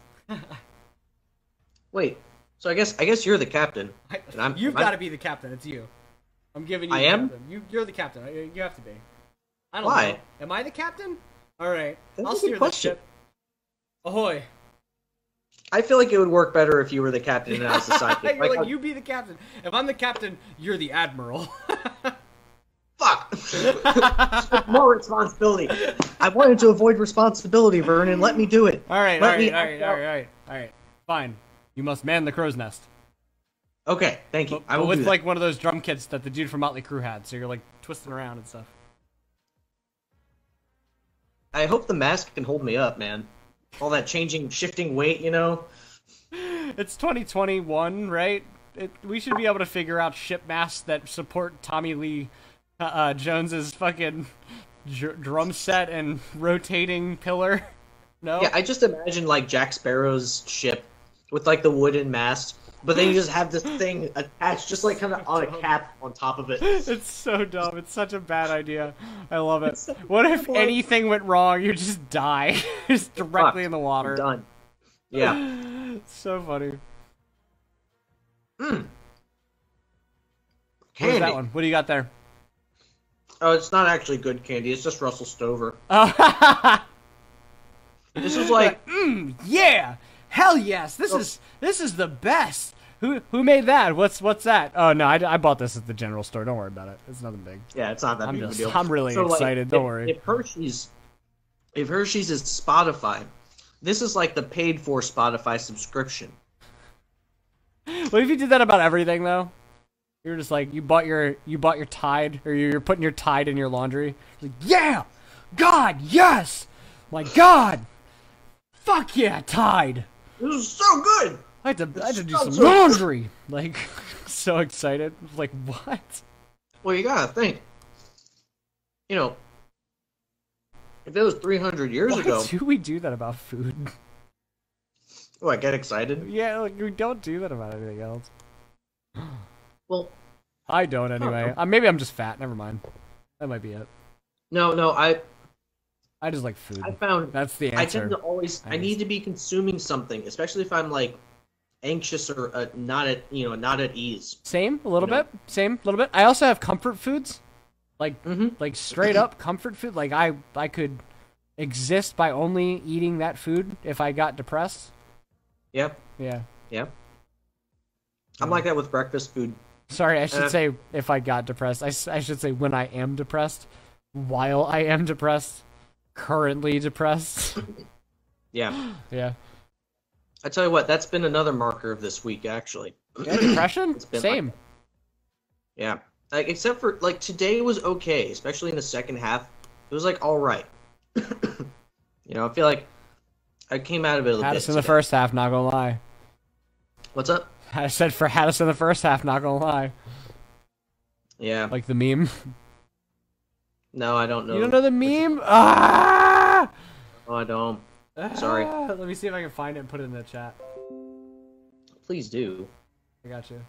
Wait, so I guess I guess you're the captain.
I-
And I'm-
you've
I'm-
got to be the captain. It's you. I'm giving you.
I
the
am?
Captain. You, you're the captain. I- You have to be. I don't
Why?
know. Am I the captain? All right.
That's
I'll
a good
steer
question.
the ship. Ahoy!
I feel like it would work better if you were the captain and I was the sidekick.
you're
how-
like you be the captain. If I'm the captain, you're the admiral.
Fuck. oh, More responsibility. I wanted to avoid responsibility, Vernon. Let me do it.
All right, all
Let me
right, all
act
right,
out.
all right, all right, all right. Fine. You must man the crow's nest.
Okay, thank you.
But,
I
but
will do
with
that.
like one of those drum kits that the dude from Motley Crue had, so you're like twisting around and stuff.
I hope the mask can hold me up, man. All that changing, shifting weight, you know.
It's 2021, right? It, we should be able to figure out ship masks that support Tommy Lee uh, uh, Jones's fucking dr- drum set and rotating pillar. No,
Yeah, I just imagine like Jack Sparrow's ship with like the wooden mast, but then you just have this thing attached, just like kind of on a cap on top of it.
It's so dumb. It's such a bad idea. I love it. What if anything went wrong? You just die, just directly in the water.
Done. Yeah.
So funny. What
Candy.
is that one? What do you got there?
Oh, it's not actually good candy. It's just Russell Stover.
Oh,
This was like
mm, yeah, hell yes.
Oh.
This is this is the best. Who who made that? What's what's that? Oh no, I, I bought this at the general store. Don't worry about it. It's nothing big.
Yeah, it's not that
I'm
big
just-
of a deal.
I'm really
like,
excited, don't
if-
worry.
If Hershey's, if Hershey's is Spotify, this is like the paid for Spotify subscription.
What if you did that about everything though? You're just like you bought your you bought your Tide or you're putting your Tide in your laundry. Like yeah, God yes, my God, fuck yeah Tide.
This is so good.
I had to I had to do
So-
some
so-
laundry. Like so excited. Like what?
Well, you gotta think. You know, if it was 300 years ago,
Why do we do that about food?
oh, I get excited.
Yeah, like we don't do that about anything else.
Well,
I don't anyway. Uh, maybe I'm just fat. Never mind. That might be it.
no, no, I
I just like food.
I found
That's the
I tend
answer.
to always I
Nice.
need to be consuming something, especially if I'm like anxious or uh, not at you know not at ease.
Same, a little
You know?
bit. Same, a little bit. I also have comfort foods, like
Mm-hmm.
like straight up comfort food. Like I I could exist by only eating that food if I got depressed.
Yep,
Yeah.
yep. I'm like that with breakfast food.
Sorry, I should
Uh,
say if I got depressed. I, s- I should say when I am depressed, while I am depressed, currently depressed.
Yeah.
yeah.
I tell you what, that's been another marker of this week, actually.
Yeah, depression?
been like
Same.
Yeah. Like, except for, like, today was okay, especially in the second half. It was, like, all right. you know, I feel like I came out of it a little
Had us
bit.
in the
today.
first half, not gonna lie.
What's up?
I said for had us in the first half, not gonna lie.
Yeah.
Like the meme.
no, I don't know.
You don't know the meme? Ah!
No, I don't. Sorry.
Ah, Let me see if I can find it and put it in the chat.
Please do.
I got you.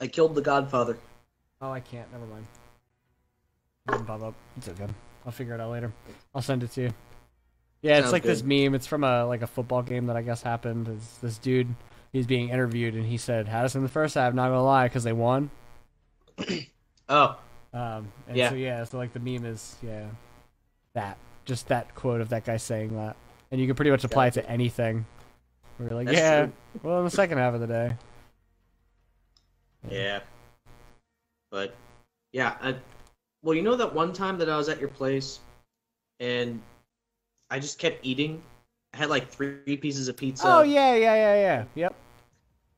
I killed the Godfather.
Oh, I can't. Never mind. It didn't pop up. It's okay. I'll figure it out later. I'll send it to you. Yeah, it's
Sounds
like this meme. It's from a like a football game that I guess happened. It's this dude, he's being interviewed, and he said, "Had us in the first half, not gonna lie, because they won."
Oh,
Um, and
Yeah.
so yeah, so like the meme is yeah, that just that quote of that guy saying that, and you can pretty much apply it to anything. We're like,
That's
yeah,
true.
well, in the second half of the day,
yeah. But, yeah. I, well, you know that one time that I was at your place and I just kept eating? I had, like, three pieces of pizza.
oh yeah, yeah, yeah, yeah, yep.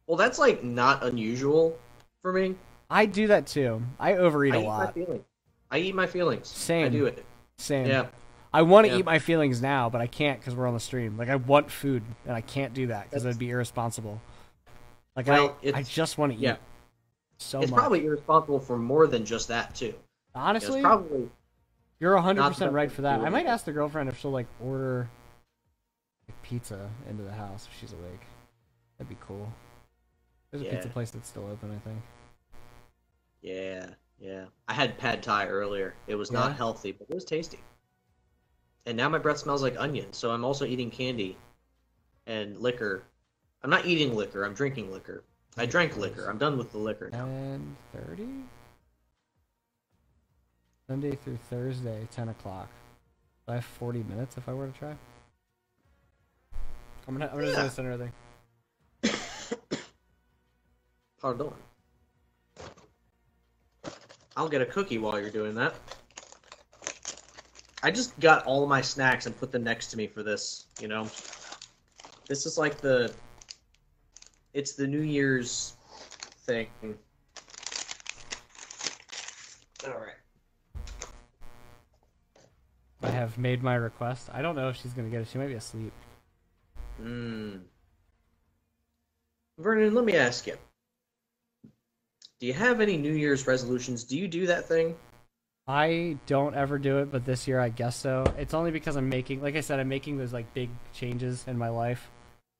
Well, that's like not unusual for me.
I do that too. I overeat
I
a
eat my
lot.
feelings. I eat my feelings. I
Same.
do it.
Same.
Yeah.
I want to
Yeah.
eat my feelings now, but I can't because we're on the stream. Like I want food, and I can't do that because
That's-
that'd be irresponsible. Like
Well,
I, I
it's-
just want to eat
yeah.
so
it's
much.
probably irresponsible for more than just that too. It's
Honestly,
probably
you're 100
not
percent
the
right for that. I
food.
might ask the girlfriend if she'll like order like, pizza into the house if she's awake. That'd be cool. There's a pizza
Yeah.
place that's still open, I think.
yeah, yeah. I had pad thai earlier. It was not
Yeah?
healthy, but it was tasty. And now my breath smells like onion, so I'm also eating candy and liquor. I'm not eating liquor, I'm drinking liquor. I drank liquor. I'm done with the liquor now.
Ten thirty. Sunday through Thursday, ten o'clock. Do I have forty minutes if I were to try. I'm gonna. I'm just gonna send her a thing.
Pardon. I'll get a cookie while you're doing that. I just got all my snacks and put them next to me for this, you know. This is like the it's the New Year's thing. All right.
I have made my request. I don't know if she's gonna get it. She might be asleep.
Mm. Vernon, let me ask you. Do you have any New Year's resolutions? Do you do that thing?
I don't ever do it, but this year I guess so. It's only because I'm making, like I said, I'm making those like big changes in my life,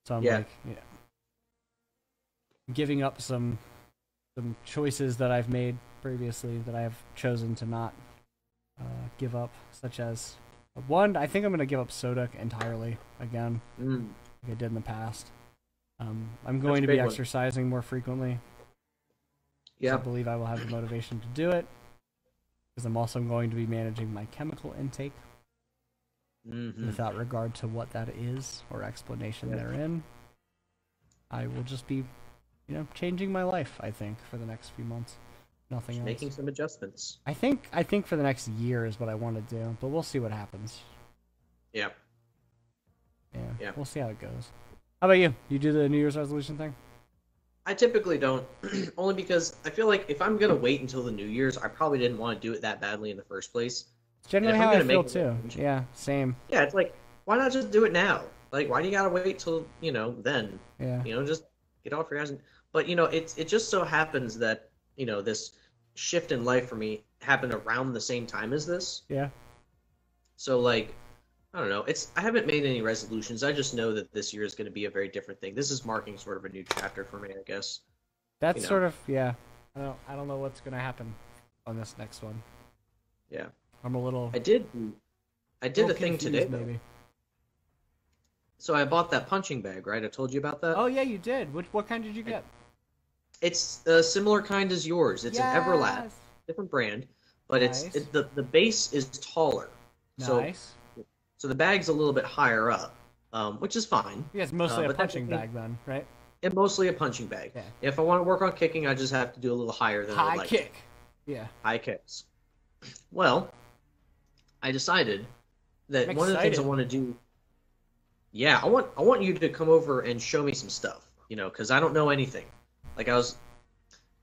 so I'm
Yeah.
like, you know, giving up some some choices that I've made previously that I've chosen to not uh, give up, such as one. I think I'm gonna give up soda entirely again,
Mm.
like I did in the past. Um, I'm
a
going to
big
be
one.
exercising more frequently. I
Yeah.
believe I will have the motivation to do it because I'm also going to be managing my chemical intake
Mm-hmm.
without regard to what that is or explanation
Yeah.
therein. I will just be, you know, changing my life. I think for the next few months, nothing else.
Making some adjustments.
I think I think for the next year is what I want to do, but we'll see what happens.
Yeah.
Yeah,
Yeah.
we'll see how it goes. How about you? You do the New Year's resolution thing?
I typically don't, only because I feel like if I'm gonna wait until the New Year's, I probably didn't want to do it that badly in the first place.
It's generally
I'm
how I
gonna
feel
make
too.
a-
Yeah, same.
Yeah, it's like why not just do it now? Like why do you gotta wait till you know then?
Yeah,
You know, just get off your ass. And... But you know, it's it just so happens that you know this shift in life for me happened around the same time as this.
yeah,
So like, I don't know. It's I haven't made any resolutions. I just know that this year is gonna be a very different thing. This is marking sort of a new chapter for me, I guess.
that's
You know.
sort of yeah. I don't I don't know what's gonna happen on this next one.
Yeah,
I'm a little.
I did. I did a
little
thing today.
confused,
though.
maybe.
So I bought that punching bag, right? I told you about that.
Oh yeah, you did. Which what kind did you get?
It's a similar kind as yours. It's an Everlast,
Yes.
different brand, but
Nice.
it's it, the the base is taller. So
nice.
so the bag's a little bit higher up, um, which is fine.
Yeah, it's mostly
uh,
a
but that's
punching
the
bag then, right?
And mostly a punching bag.
Yeah.
If I want to work on kicking, I just have to do a little higher than I would
High
like.
kick.
Yeah.
High kicks. Well, I decided that
I'm
one of the things I
excited.
want to do. Yeah, I want I want you to come over and show me some stuff, you know, because I don't know anything. Like I was,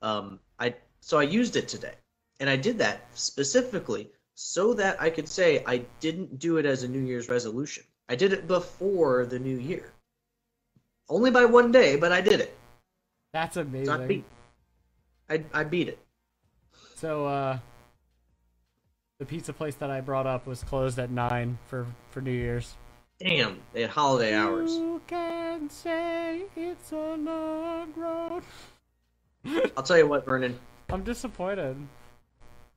um, I so I used it today, and I did that specifically so that I could say I didn't do it as a New Year's resolution. I did it before the New Year, only by one day, but I did it.
That's
So I
amazing.
beat. I I beat it.
So uh the pizza place that I brought up was closed at nine for for New Year's.
Damn, they had holiday hours.
You can say it's a long road.
I'll tell you what, Vernon.
I'm disappointed.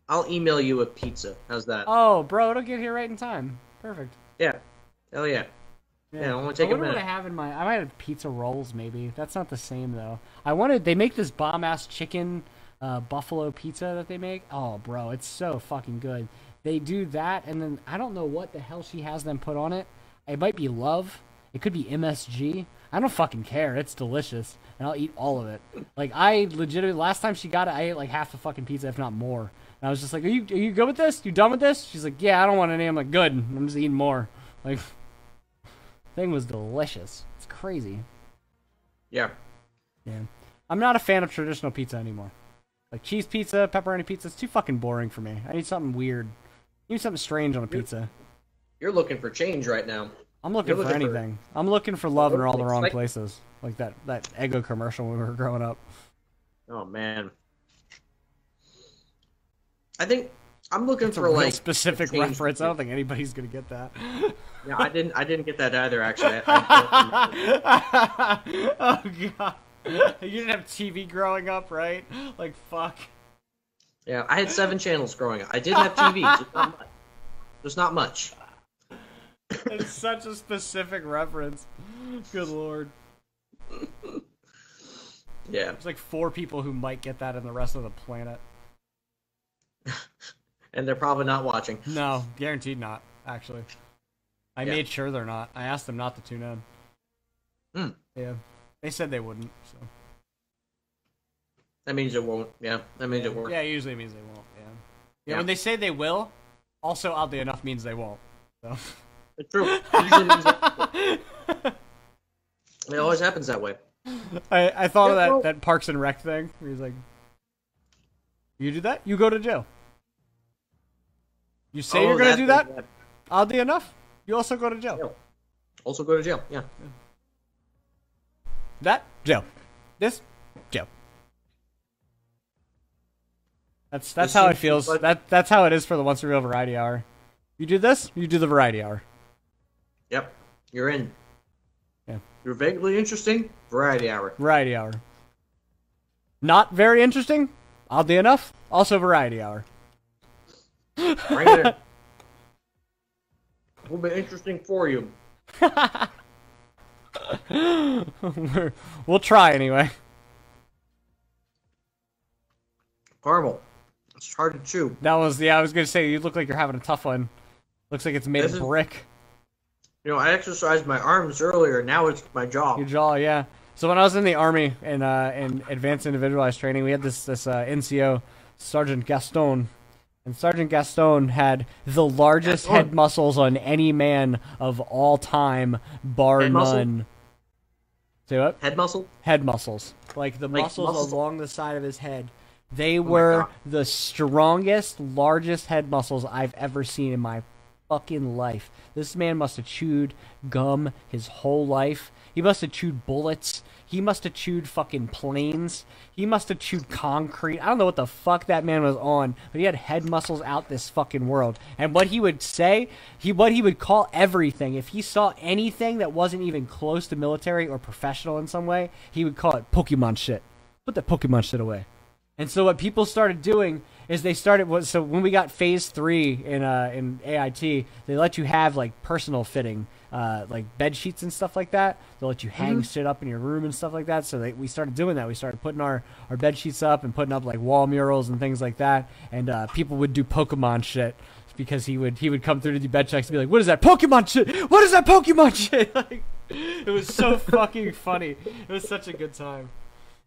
I'll email you a pizza. How's that?
Oh, bro, it'll get here right in time. Perfect.
yeah. Hell yeah. Yeah, it'll only take
I
a
wonder what I
minute.
have in my. I might have pizza rolls, maybe. That's not the same though. I wanted. They make this bomb ass chicken uh, buffalo pizza that they make. Oh, bro, it's so fucking good. They do that, and then I don't know what the hell she has them put on it. It might be love. It could be MSG. I don't fucking care. It's delicious, and I'll eat all of it. Like I legitimately last time she got it, I ate like half the fucking pizza, if not more. And I was just like, "Are you are you good with this? You done with this?" She's like, "Yeah, I don't want any." I'm like, "Good. I'm just eating more." Like thing was delicious. It's crazy.
Yeah.
Yeah. I'm not a fan of traditional pizza anymore. Like cheese pizza, pepperoni pizza, it's too fucking boring for me. I need something weird. I need something strange on a pizza.
You're looking for change right now.
I'm looking,
You're
for
looking for-
anything. I'm looking for love in all the
It's
wrong
like-
places. Like that that Eggo commercial when we were growing up.
Oh man. I think I'm looking
It's a
for
real
like
specific
change.
reference. I don't think anybody's gonna get that.
Yeah, I didn't I didn't get that either actually. I, I,
oh god. You didn't have TV growing up, right? Like fuck.
yeah, I had seven channels growing up. I did have TV, just not much. Just not much.
It's such a specific reference. Good lord.
Yeah.
There's like four people who might get that in the rest of the planet.
And they're probably not watching.
No, guaranteed not, actually. I
Yeah.
made sure they're not. I asked them not to tune in.
Hmm.
Yeah. They said they wouldn't, so
That means it won't. Yeah. That means it won't.
Yeah, it usually means they won't, yeah. yeah.
Yeah.
when they say they will, also oddly enough means they won't. So
It's true. It usually means it- it always happens that way.
I, I thought of
Yeah,
that,
well-
that Parks and Rec thing where he's like You do that, you go to jail. You say
Oh,
you're gonna
that's
do
what-
that, oddly enough, you also go to jail.
Yeah. Also go to jail. Yeah.
That Joe. This Joe. That's that's
There
how it
seems to be
feels.
budget-
That that's how it is for the once a real variety hour. You do this, you do the variety hour.
Yep, you're in.
Yeah.
You're vaguely interesting. Variety hour.
Variety hour. Not very interesting, oddly enough. Also variety hour.
Right there. Will be interesting for you.
We're- we'll try anyway.
Caramel. It's hard to chew.
That was yeah. I was gonna say you look like you're having a tough one. Looks like it's made
This
of
is-
brick.
You know, I exercised my arms earlier. Now it's my jaw.
Your jaw, yeah. So when I was in the army in uh, in advanced individualized training, we had this this uh, NCO Sergeant Gaston, and Sergeant Gaston had the largest
Gaston.
head muscles on any man of all time, bar
Head muscle?
none. Say what?
Head muscle.
Head muscles, like the
Like
muscles,
muscles-
along the side of his head. They were
God.
the strongest, largest head muscles I've ever seen in my fucking life. This man must have chewed gum his whole life. He must have chewed bullets. He must have chewed fucking planes. He must have chewed concrete. I don't know what the fuck that man was on, but he had head muscles out this fucking world. And what he would say, he what he would call everything. If he saw anything that wasn't even close to military or professional in some way, he would call it Pokemon shit. Put that Pokemon shit away. And so what people started doing is they started was so when we got phase three in uh, in AIT, they let you have like personal fitting, uh, like bed sheets and stuff like that. They'll let you hang shit up in your room and stuff like that. So they, we started doing that. We started putting our our bed sheets up and putting up like wall murals and things like that. And uh, people would do Pokemon shit because he would he would come through to do bed checks and be like, "What is that Pokemon shit? What is that Pokemon shit?" like, it was so fucking funny. It was such a good time.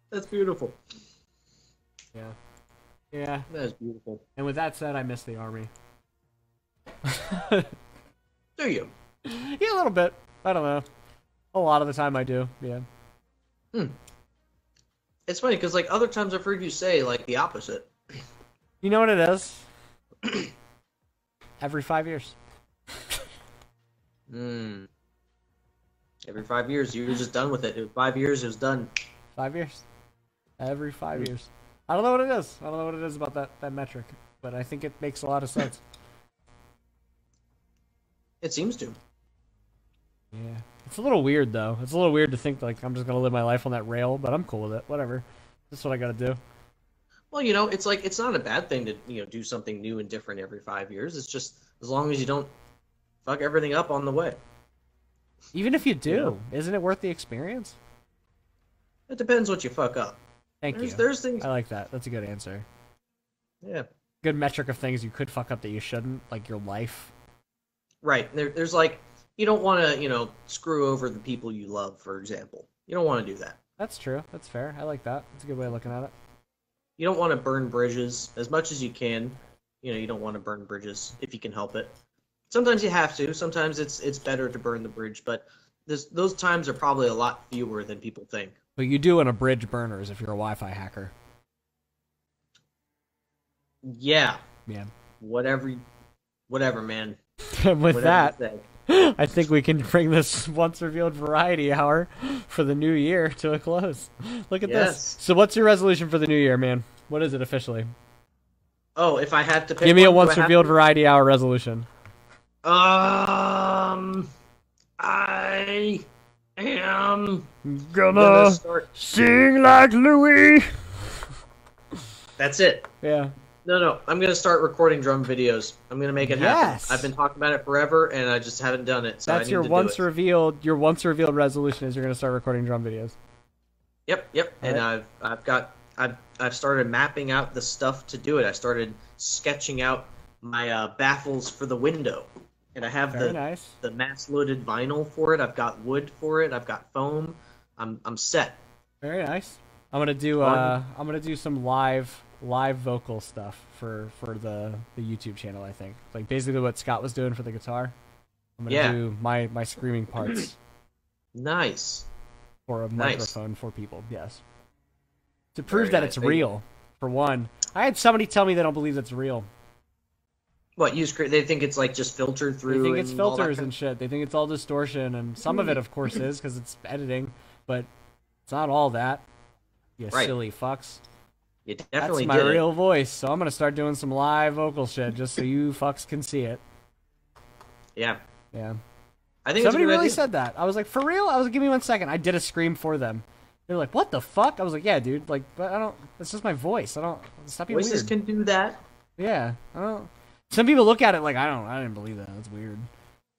That's beautiful.
Yeah. Yeah.
That is beautiful.
And with that said, I miss the army.
Do you?
Yeah, a little bit. I don't know. A lot of the time I do. Yeah.
It's funny because like other times I've heard you say like the opposite.
You know what it is? Every five years.
Mm. Every five years, you were just done with it. In Five years, it was done.
Five years. Every five years. I don't know what it is. I don't know what it is about that, that metric, but I think it makes a lot of sense.
It seems to.
Yeah. It's a little weird though. It's a little weird to think like I'm just gonna live my life on that rail, but I'm cool with it. Whatever. That's what I gotta do.
Well, you know, it's like it's not a bad thing to you know do something new and different every five years. It's just as long as you don't fuck everything up on the way.
Even if you do, isn't it worth the experience?
It depends what you fuck up.
Thank
There's
you. Uh,
there's things.
I like that. That's a good answer.
Yeah.
Good metric of things you could fuck up that you shouldn't, like your life.
Right. There, there's like you don't want to you know screw over the people you love, for example. You don't want to do that.
That's true. That's fair. I like that. That's a good way of looking at it.
You don't want to burn bridges as much as you can. You know, you don't want to burn bridges if you can help it. Sometimes you have to. Sometimes it's it's better to burn the bridge, but this, those times are probably a lot fewer than people think.
But you do want to bridge burners if you're a Wi-Fi hacker.
Yeah.
Yeah.
Whatever. Whatever, man.
And with
Whatever
that,
you say.
I think we can bring this once revealed variety hour for the new year to a close. Look at
Yes.
this. So, what's your resolution for the new year, man? What is it officially?
Oh, if I had to pick
Give me a
one, do I
once
have
revealed variety hour resolution.
to- Um, I am gonna
Gonna
start.
sing like Louis.
That's it.
Yeah.
No, no, I'm gonna start recording drum videos. I'm gonna make it
Yes.
happen. I've been talking about it forever, and I just haven't done it. So I
That's
need
your
to
once
Do it.
revealed. Your once revealed resolution is you're gonna start recording drum videos.
Yep, yep.
All
and
right.
I've I've got I've I've started mapping out the stuff to do it. I started sketching out my uh, baffles for the window, and I have
Very
the
nice.
the mass loaded vinyl for it. I've got wood for it. I've got foam. I'm I'm set.
Very nice. I'm gonna do
Fun.
uh, I'm gonna do some live live vocal stuff for for the the YouTube channel. I think like basically what Scott was doing for the guitar. I'm gonna
Yeah.
do my my screaming parts
Nice.
for a
Nice.
microphone for people. Yes. To prove
Very
that
nice.
it's
Thank you.
real, for one. I had somebody tell me they don't believe it's real.
What you cre- They think it's like just filtered
They
through.
think it's
and all that
filters
kind
and shit. They think it's all distortion, and some of it, of course, is because it's editing, but it's not all that. You
Right.
silly fucks.
of- You definitely
That's my
did it.
real voice, so I'm gonna start doing some live vocal shit just so you fucks can see it.
Yeah,
Yeah.
I think it's a
Somebody
good
really
idea.
said that. I was like, for real? I was like, give me one second. I did a scream for them. They're like, what the fuck? I was like, yeah, dude. Like, but I don't. It's just my voice. I don't. Stop being
voices
weird.
can do that.
Yeah, I don't. Some people look at it like I don't. I didn't believe that. That's weird.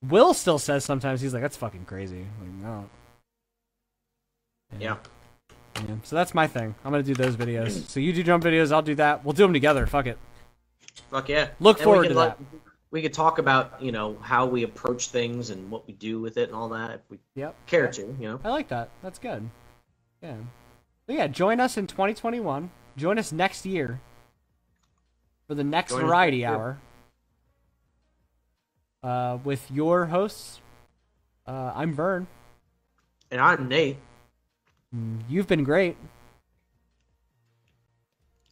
Will still says sometimes he's like, "That's fucking crazy." Like, no.
Yeah.
yeah. So that's my thing. I'm gonna do those videos. So you do drum videos. I'll do that. We'll do them together. Fuck it.
Fuck yeah.
Look
And we
forward
could
to
let- We could talk about you know how we approach things and what we do with it and all that if we
Yep.
care to. You know.
I like that. That's good. Yeah. But yeah, join us in 2021. Join us next year for the next
Join us
variety
next
hour uh, with your hosts. Uh, I'm Vern.
And I'm Nate.
You've been great.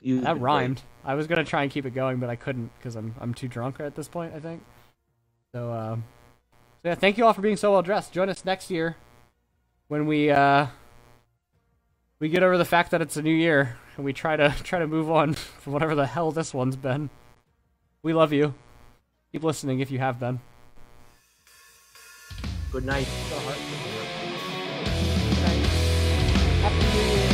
You
That rhymed. I was gonna try and keep it going, but I couldn't because I'm I'm too drunk at this point. I think. So, um, so yeah. Thank you all for being so well dressed. Join us next year when we uh we get over the fact that it's a new year and we try to try to move on from whatever the hell this one's been. We love you. Keep listening if you have been.
Good night.
Happy New Year.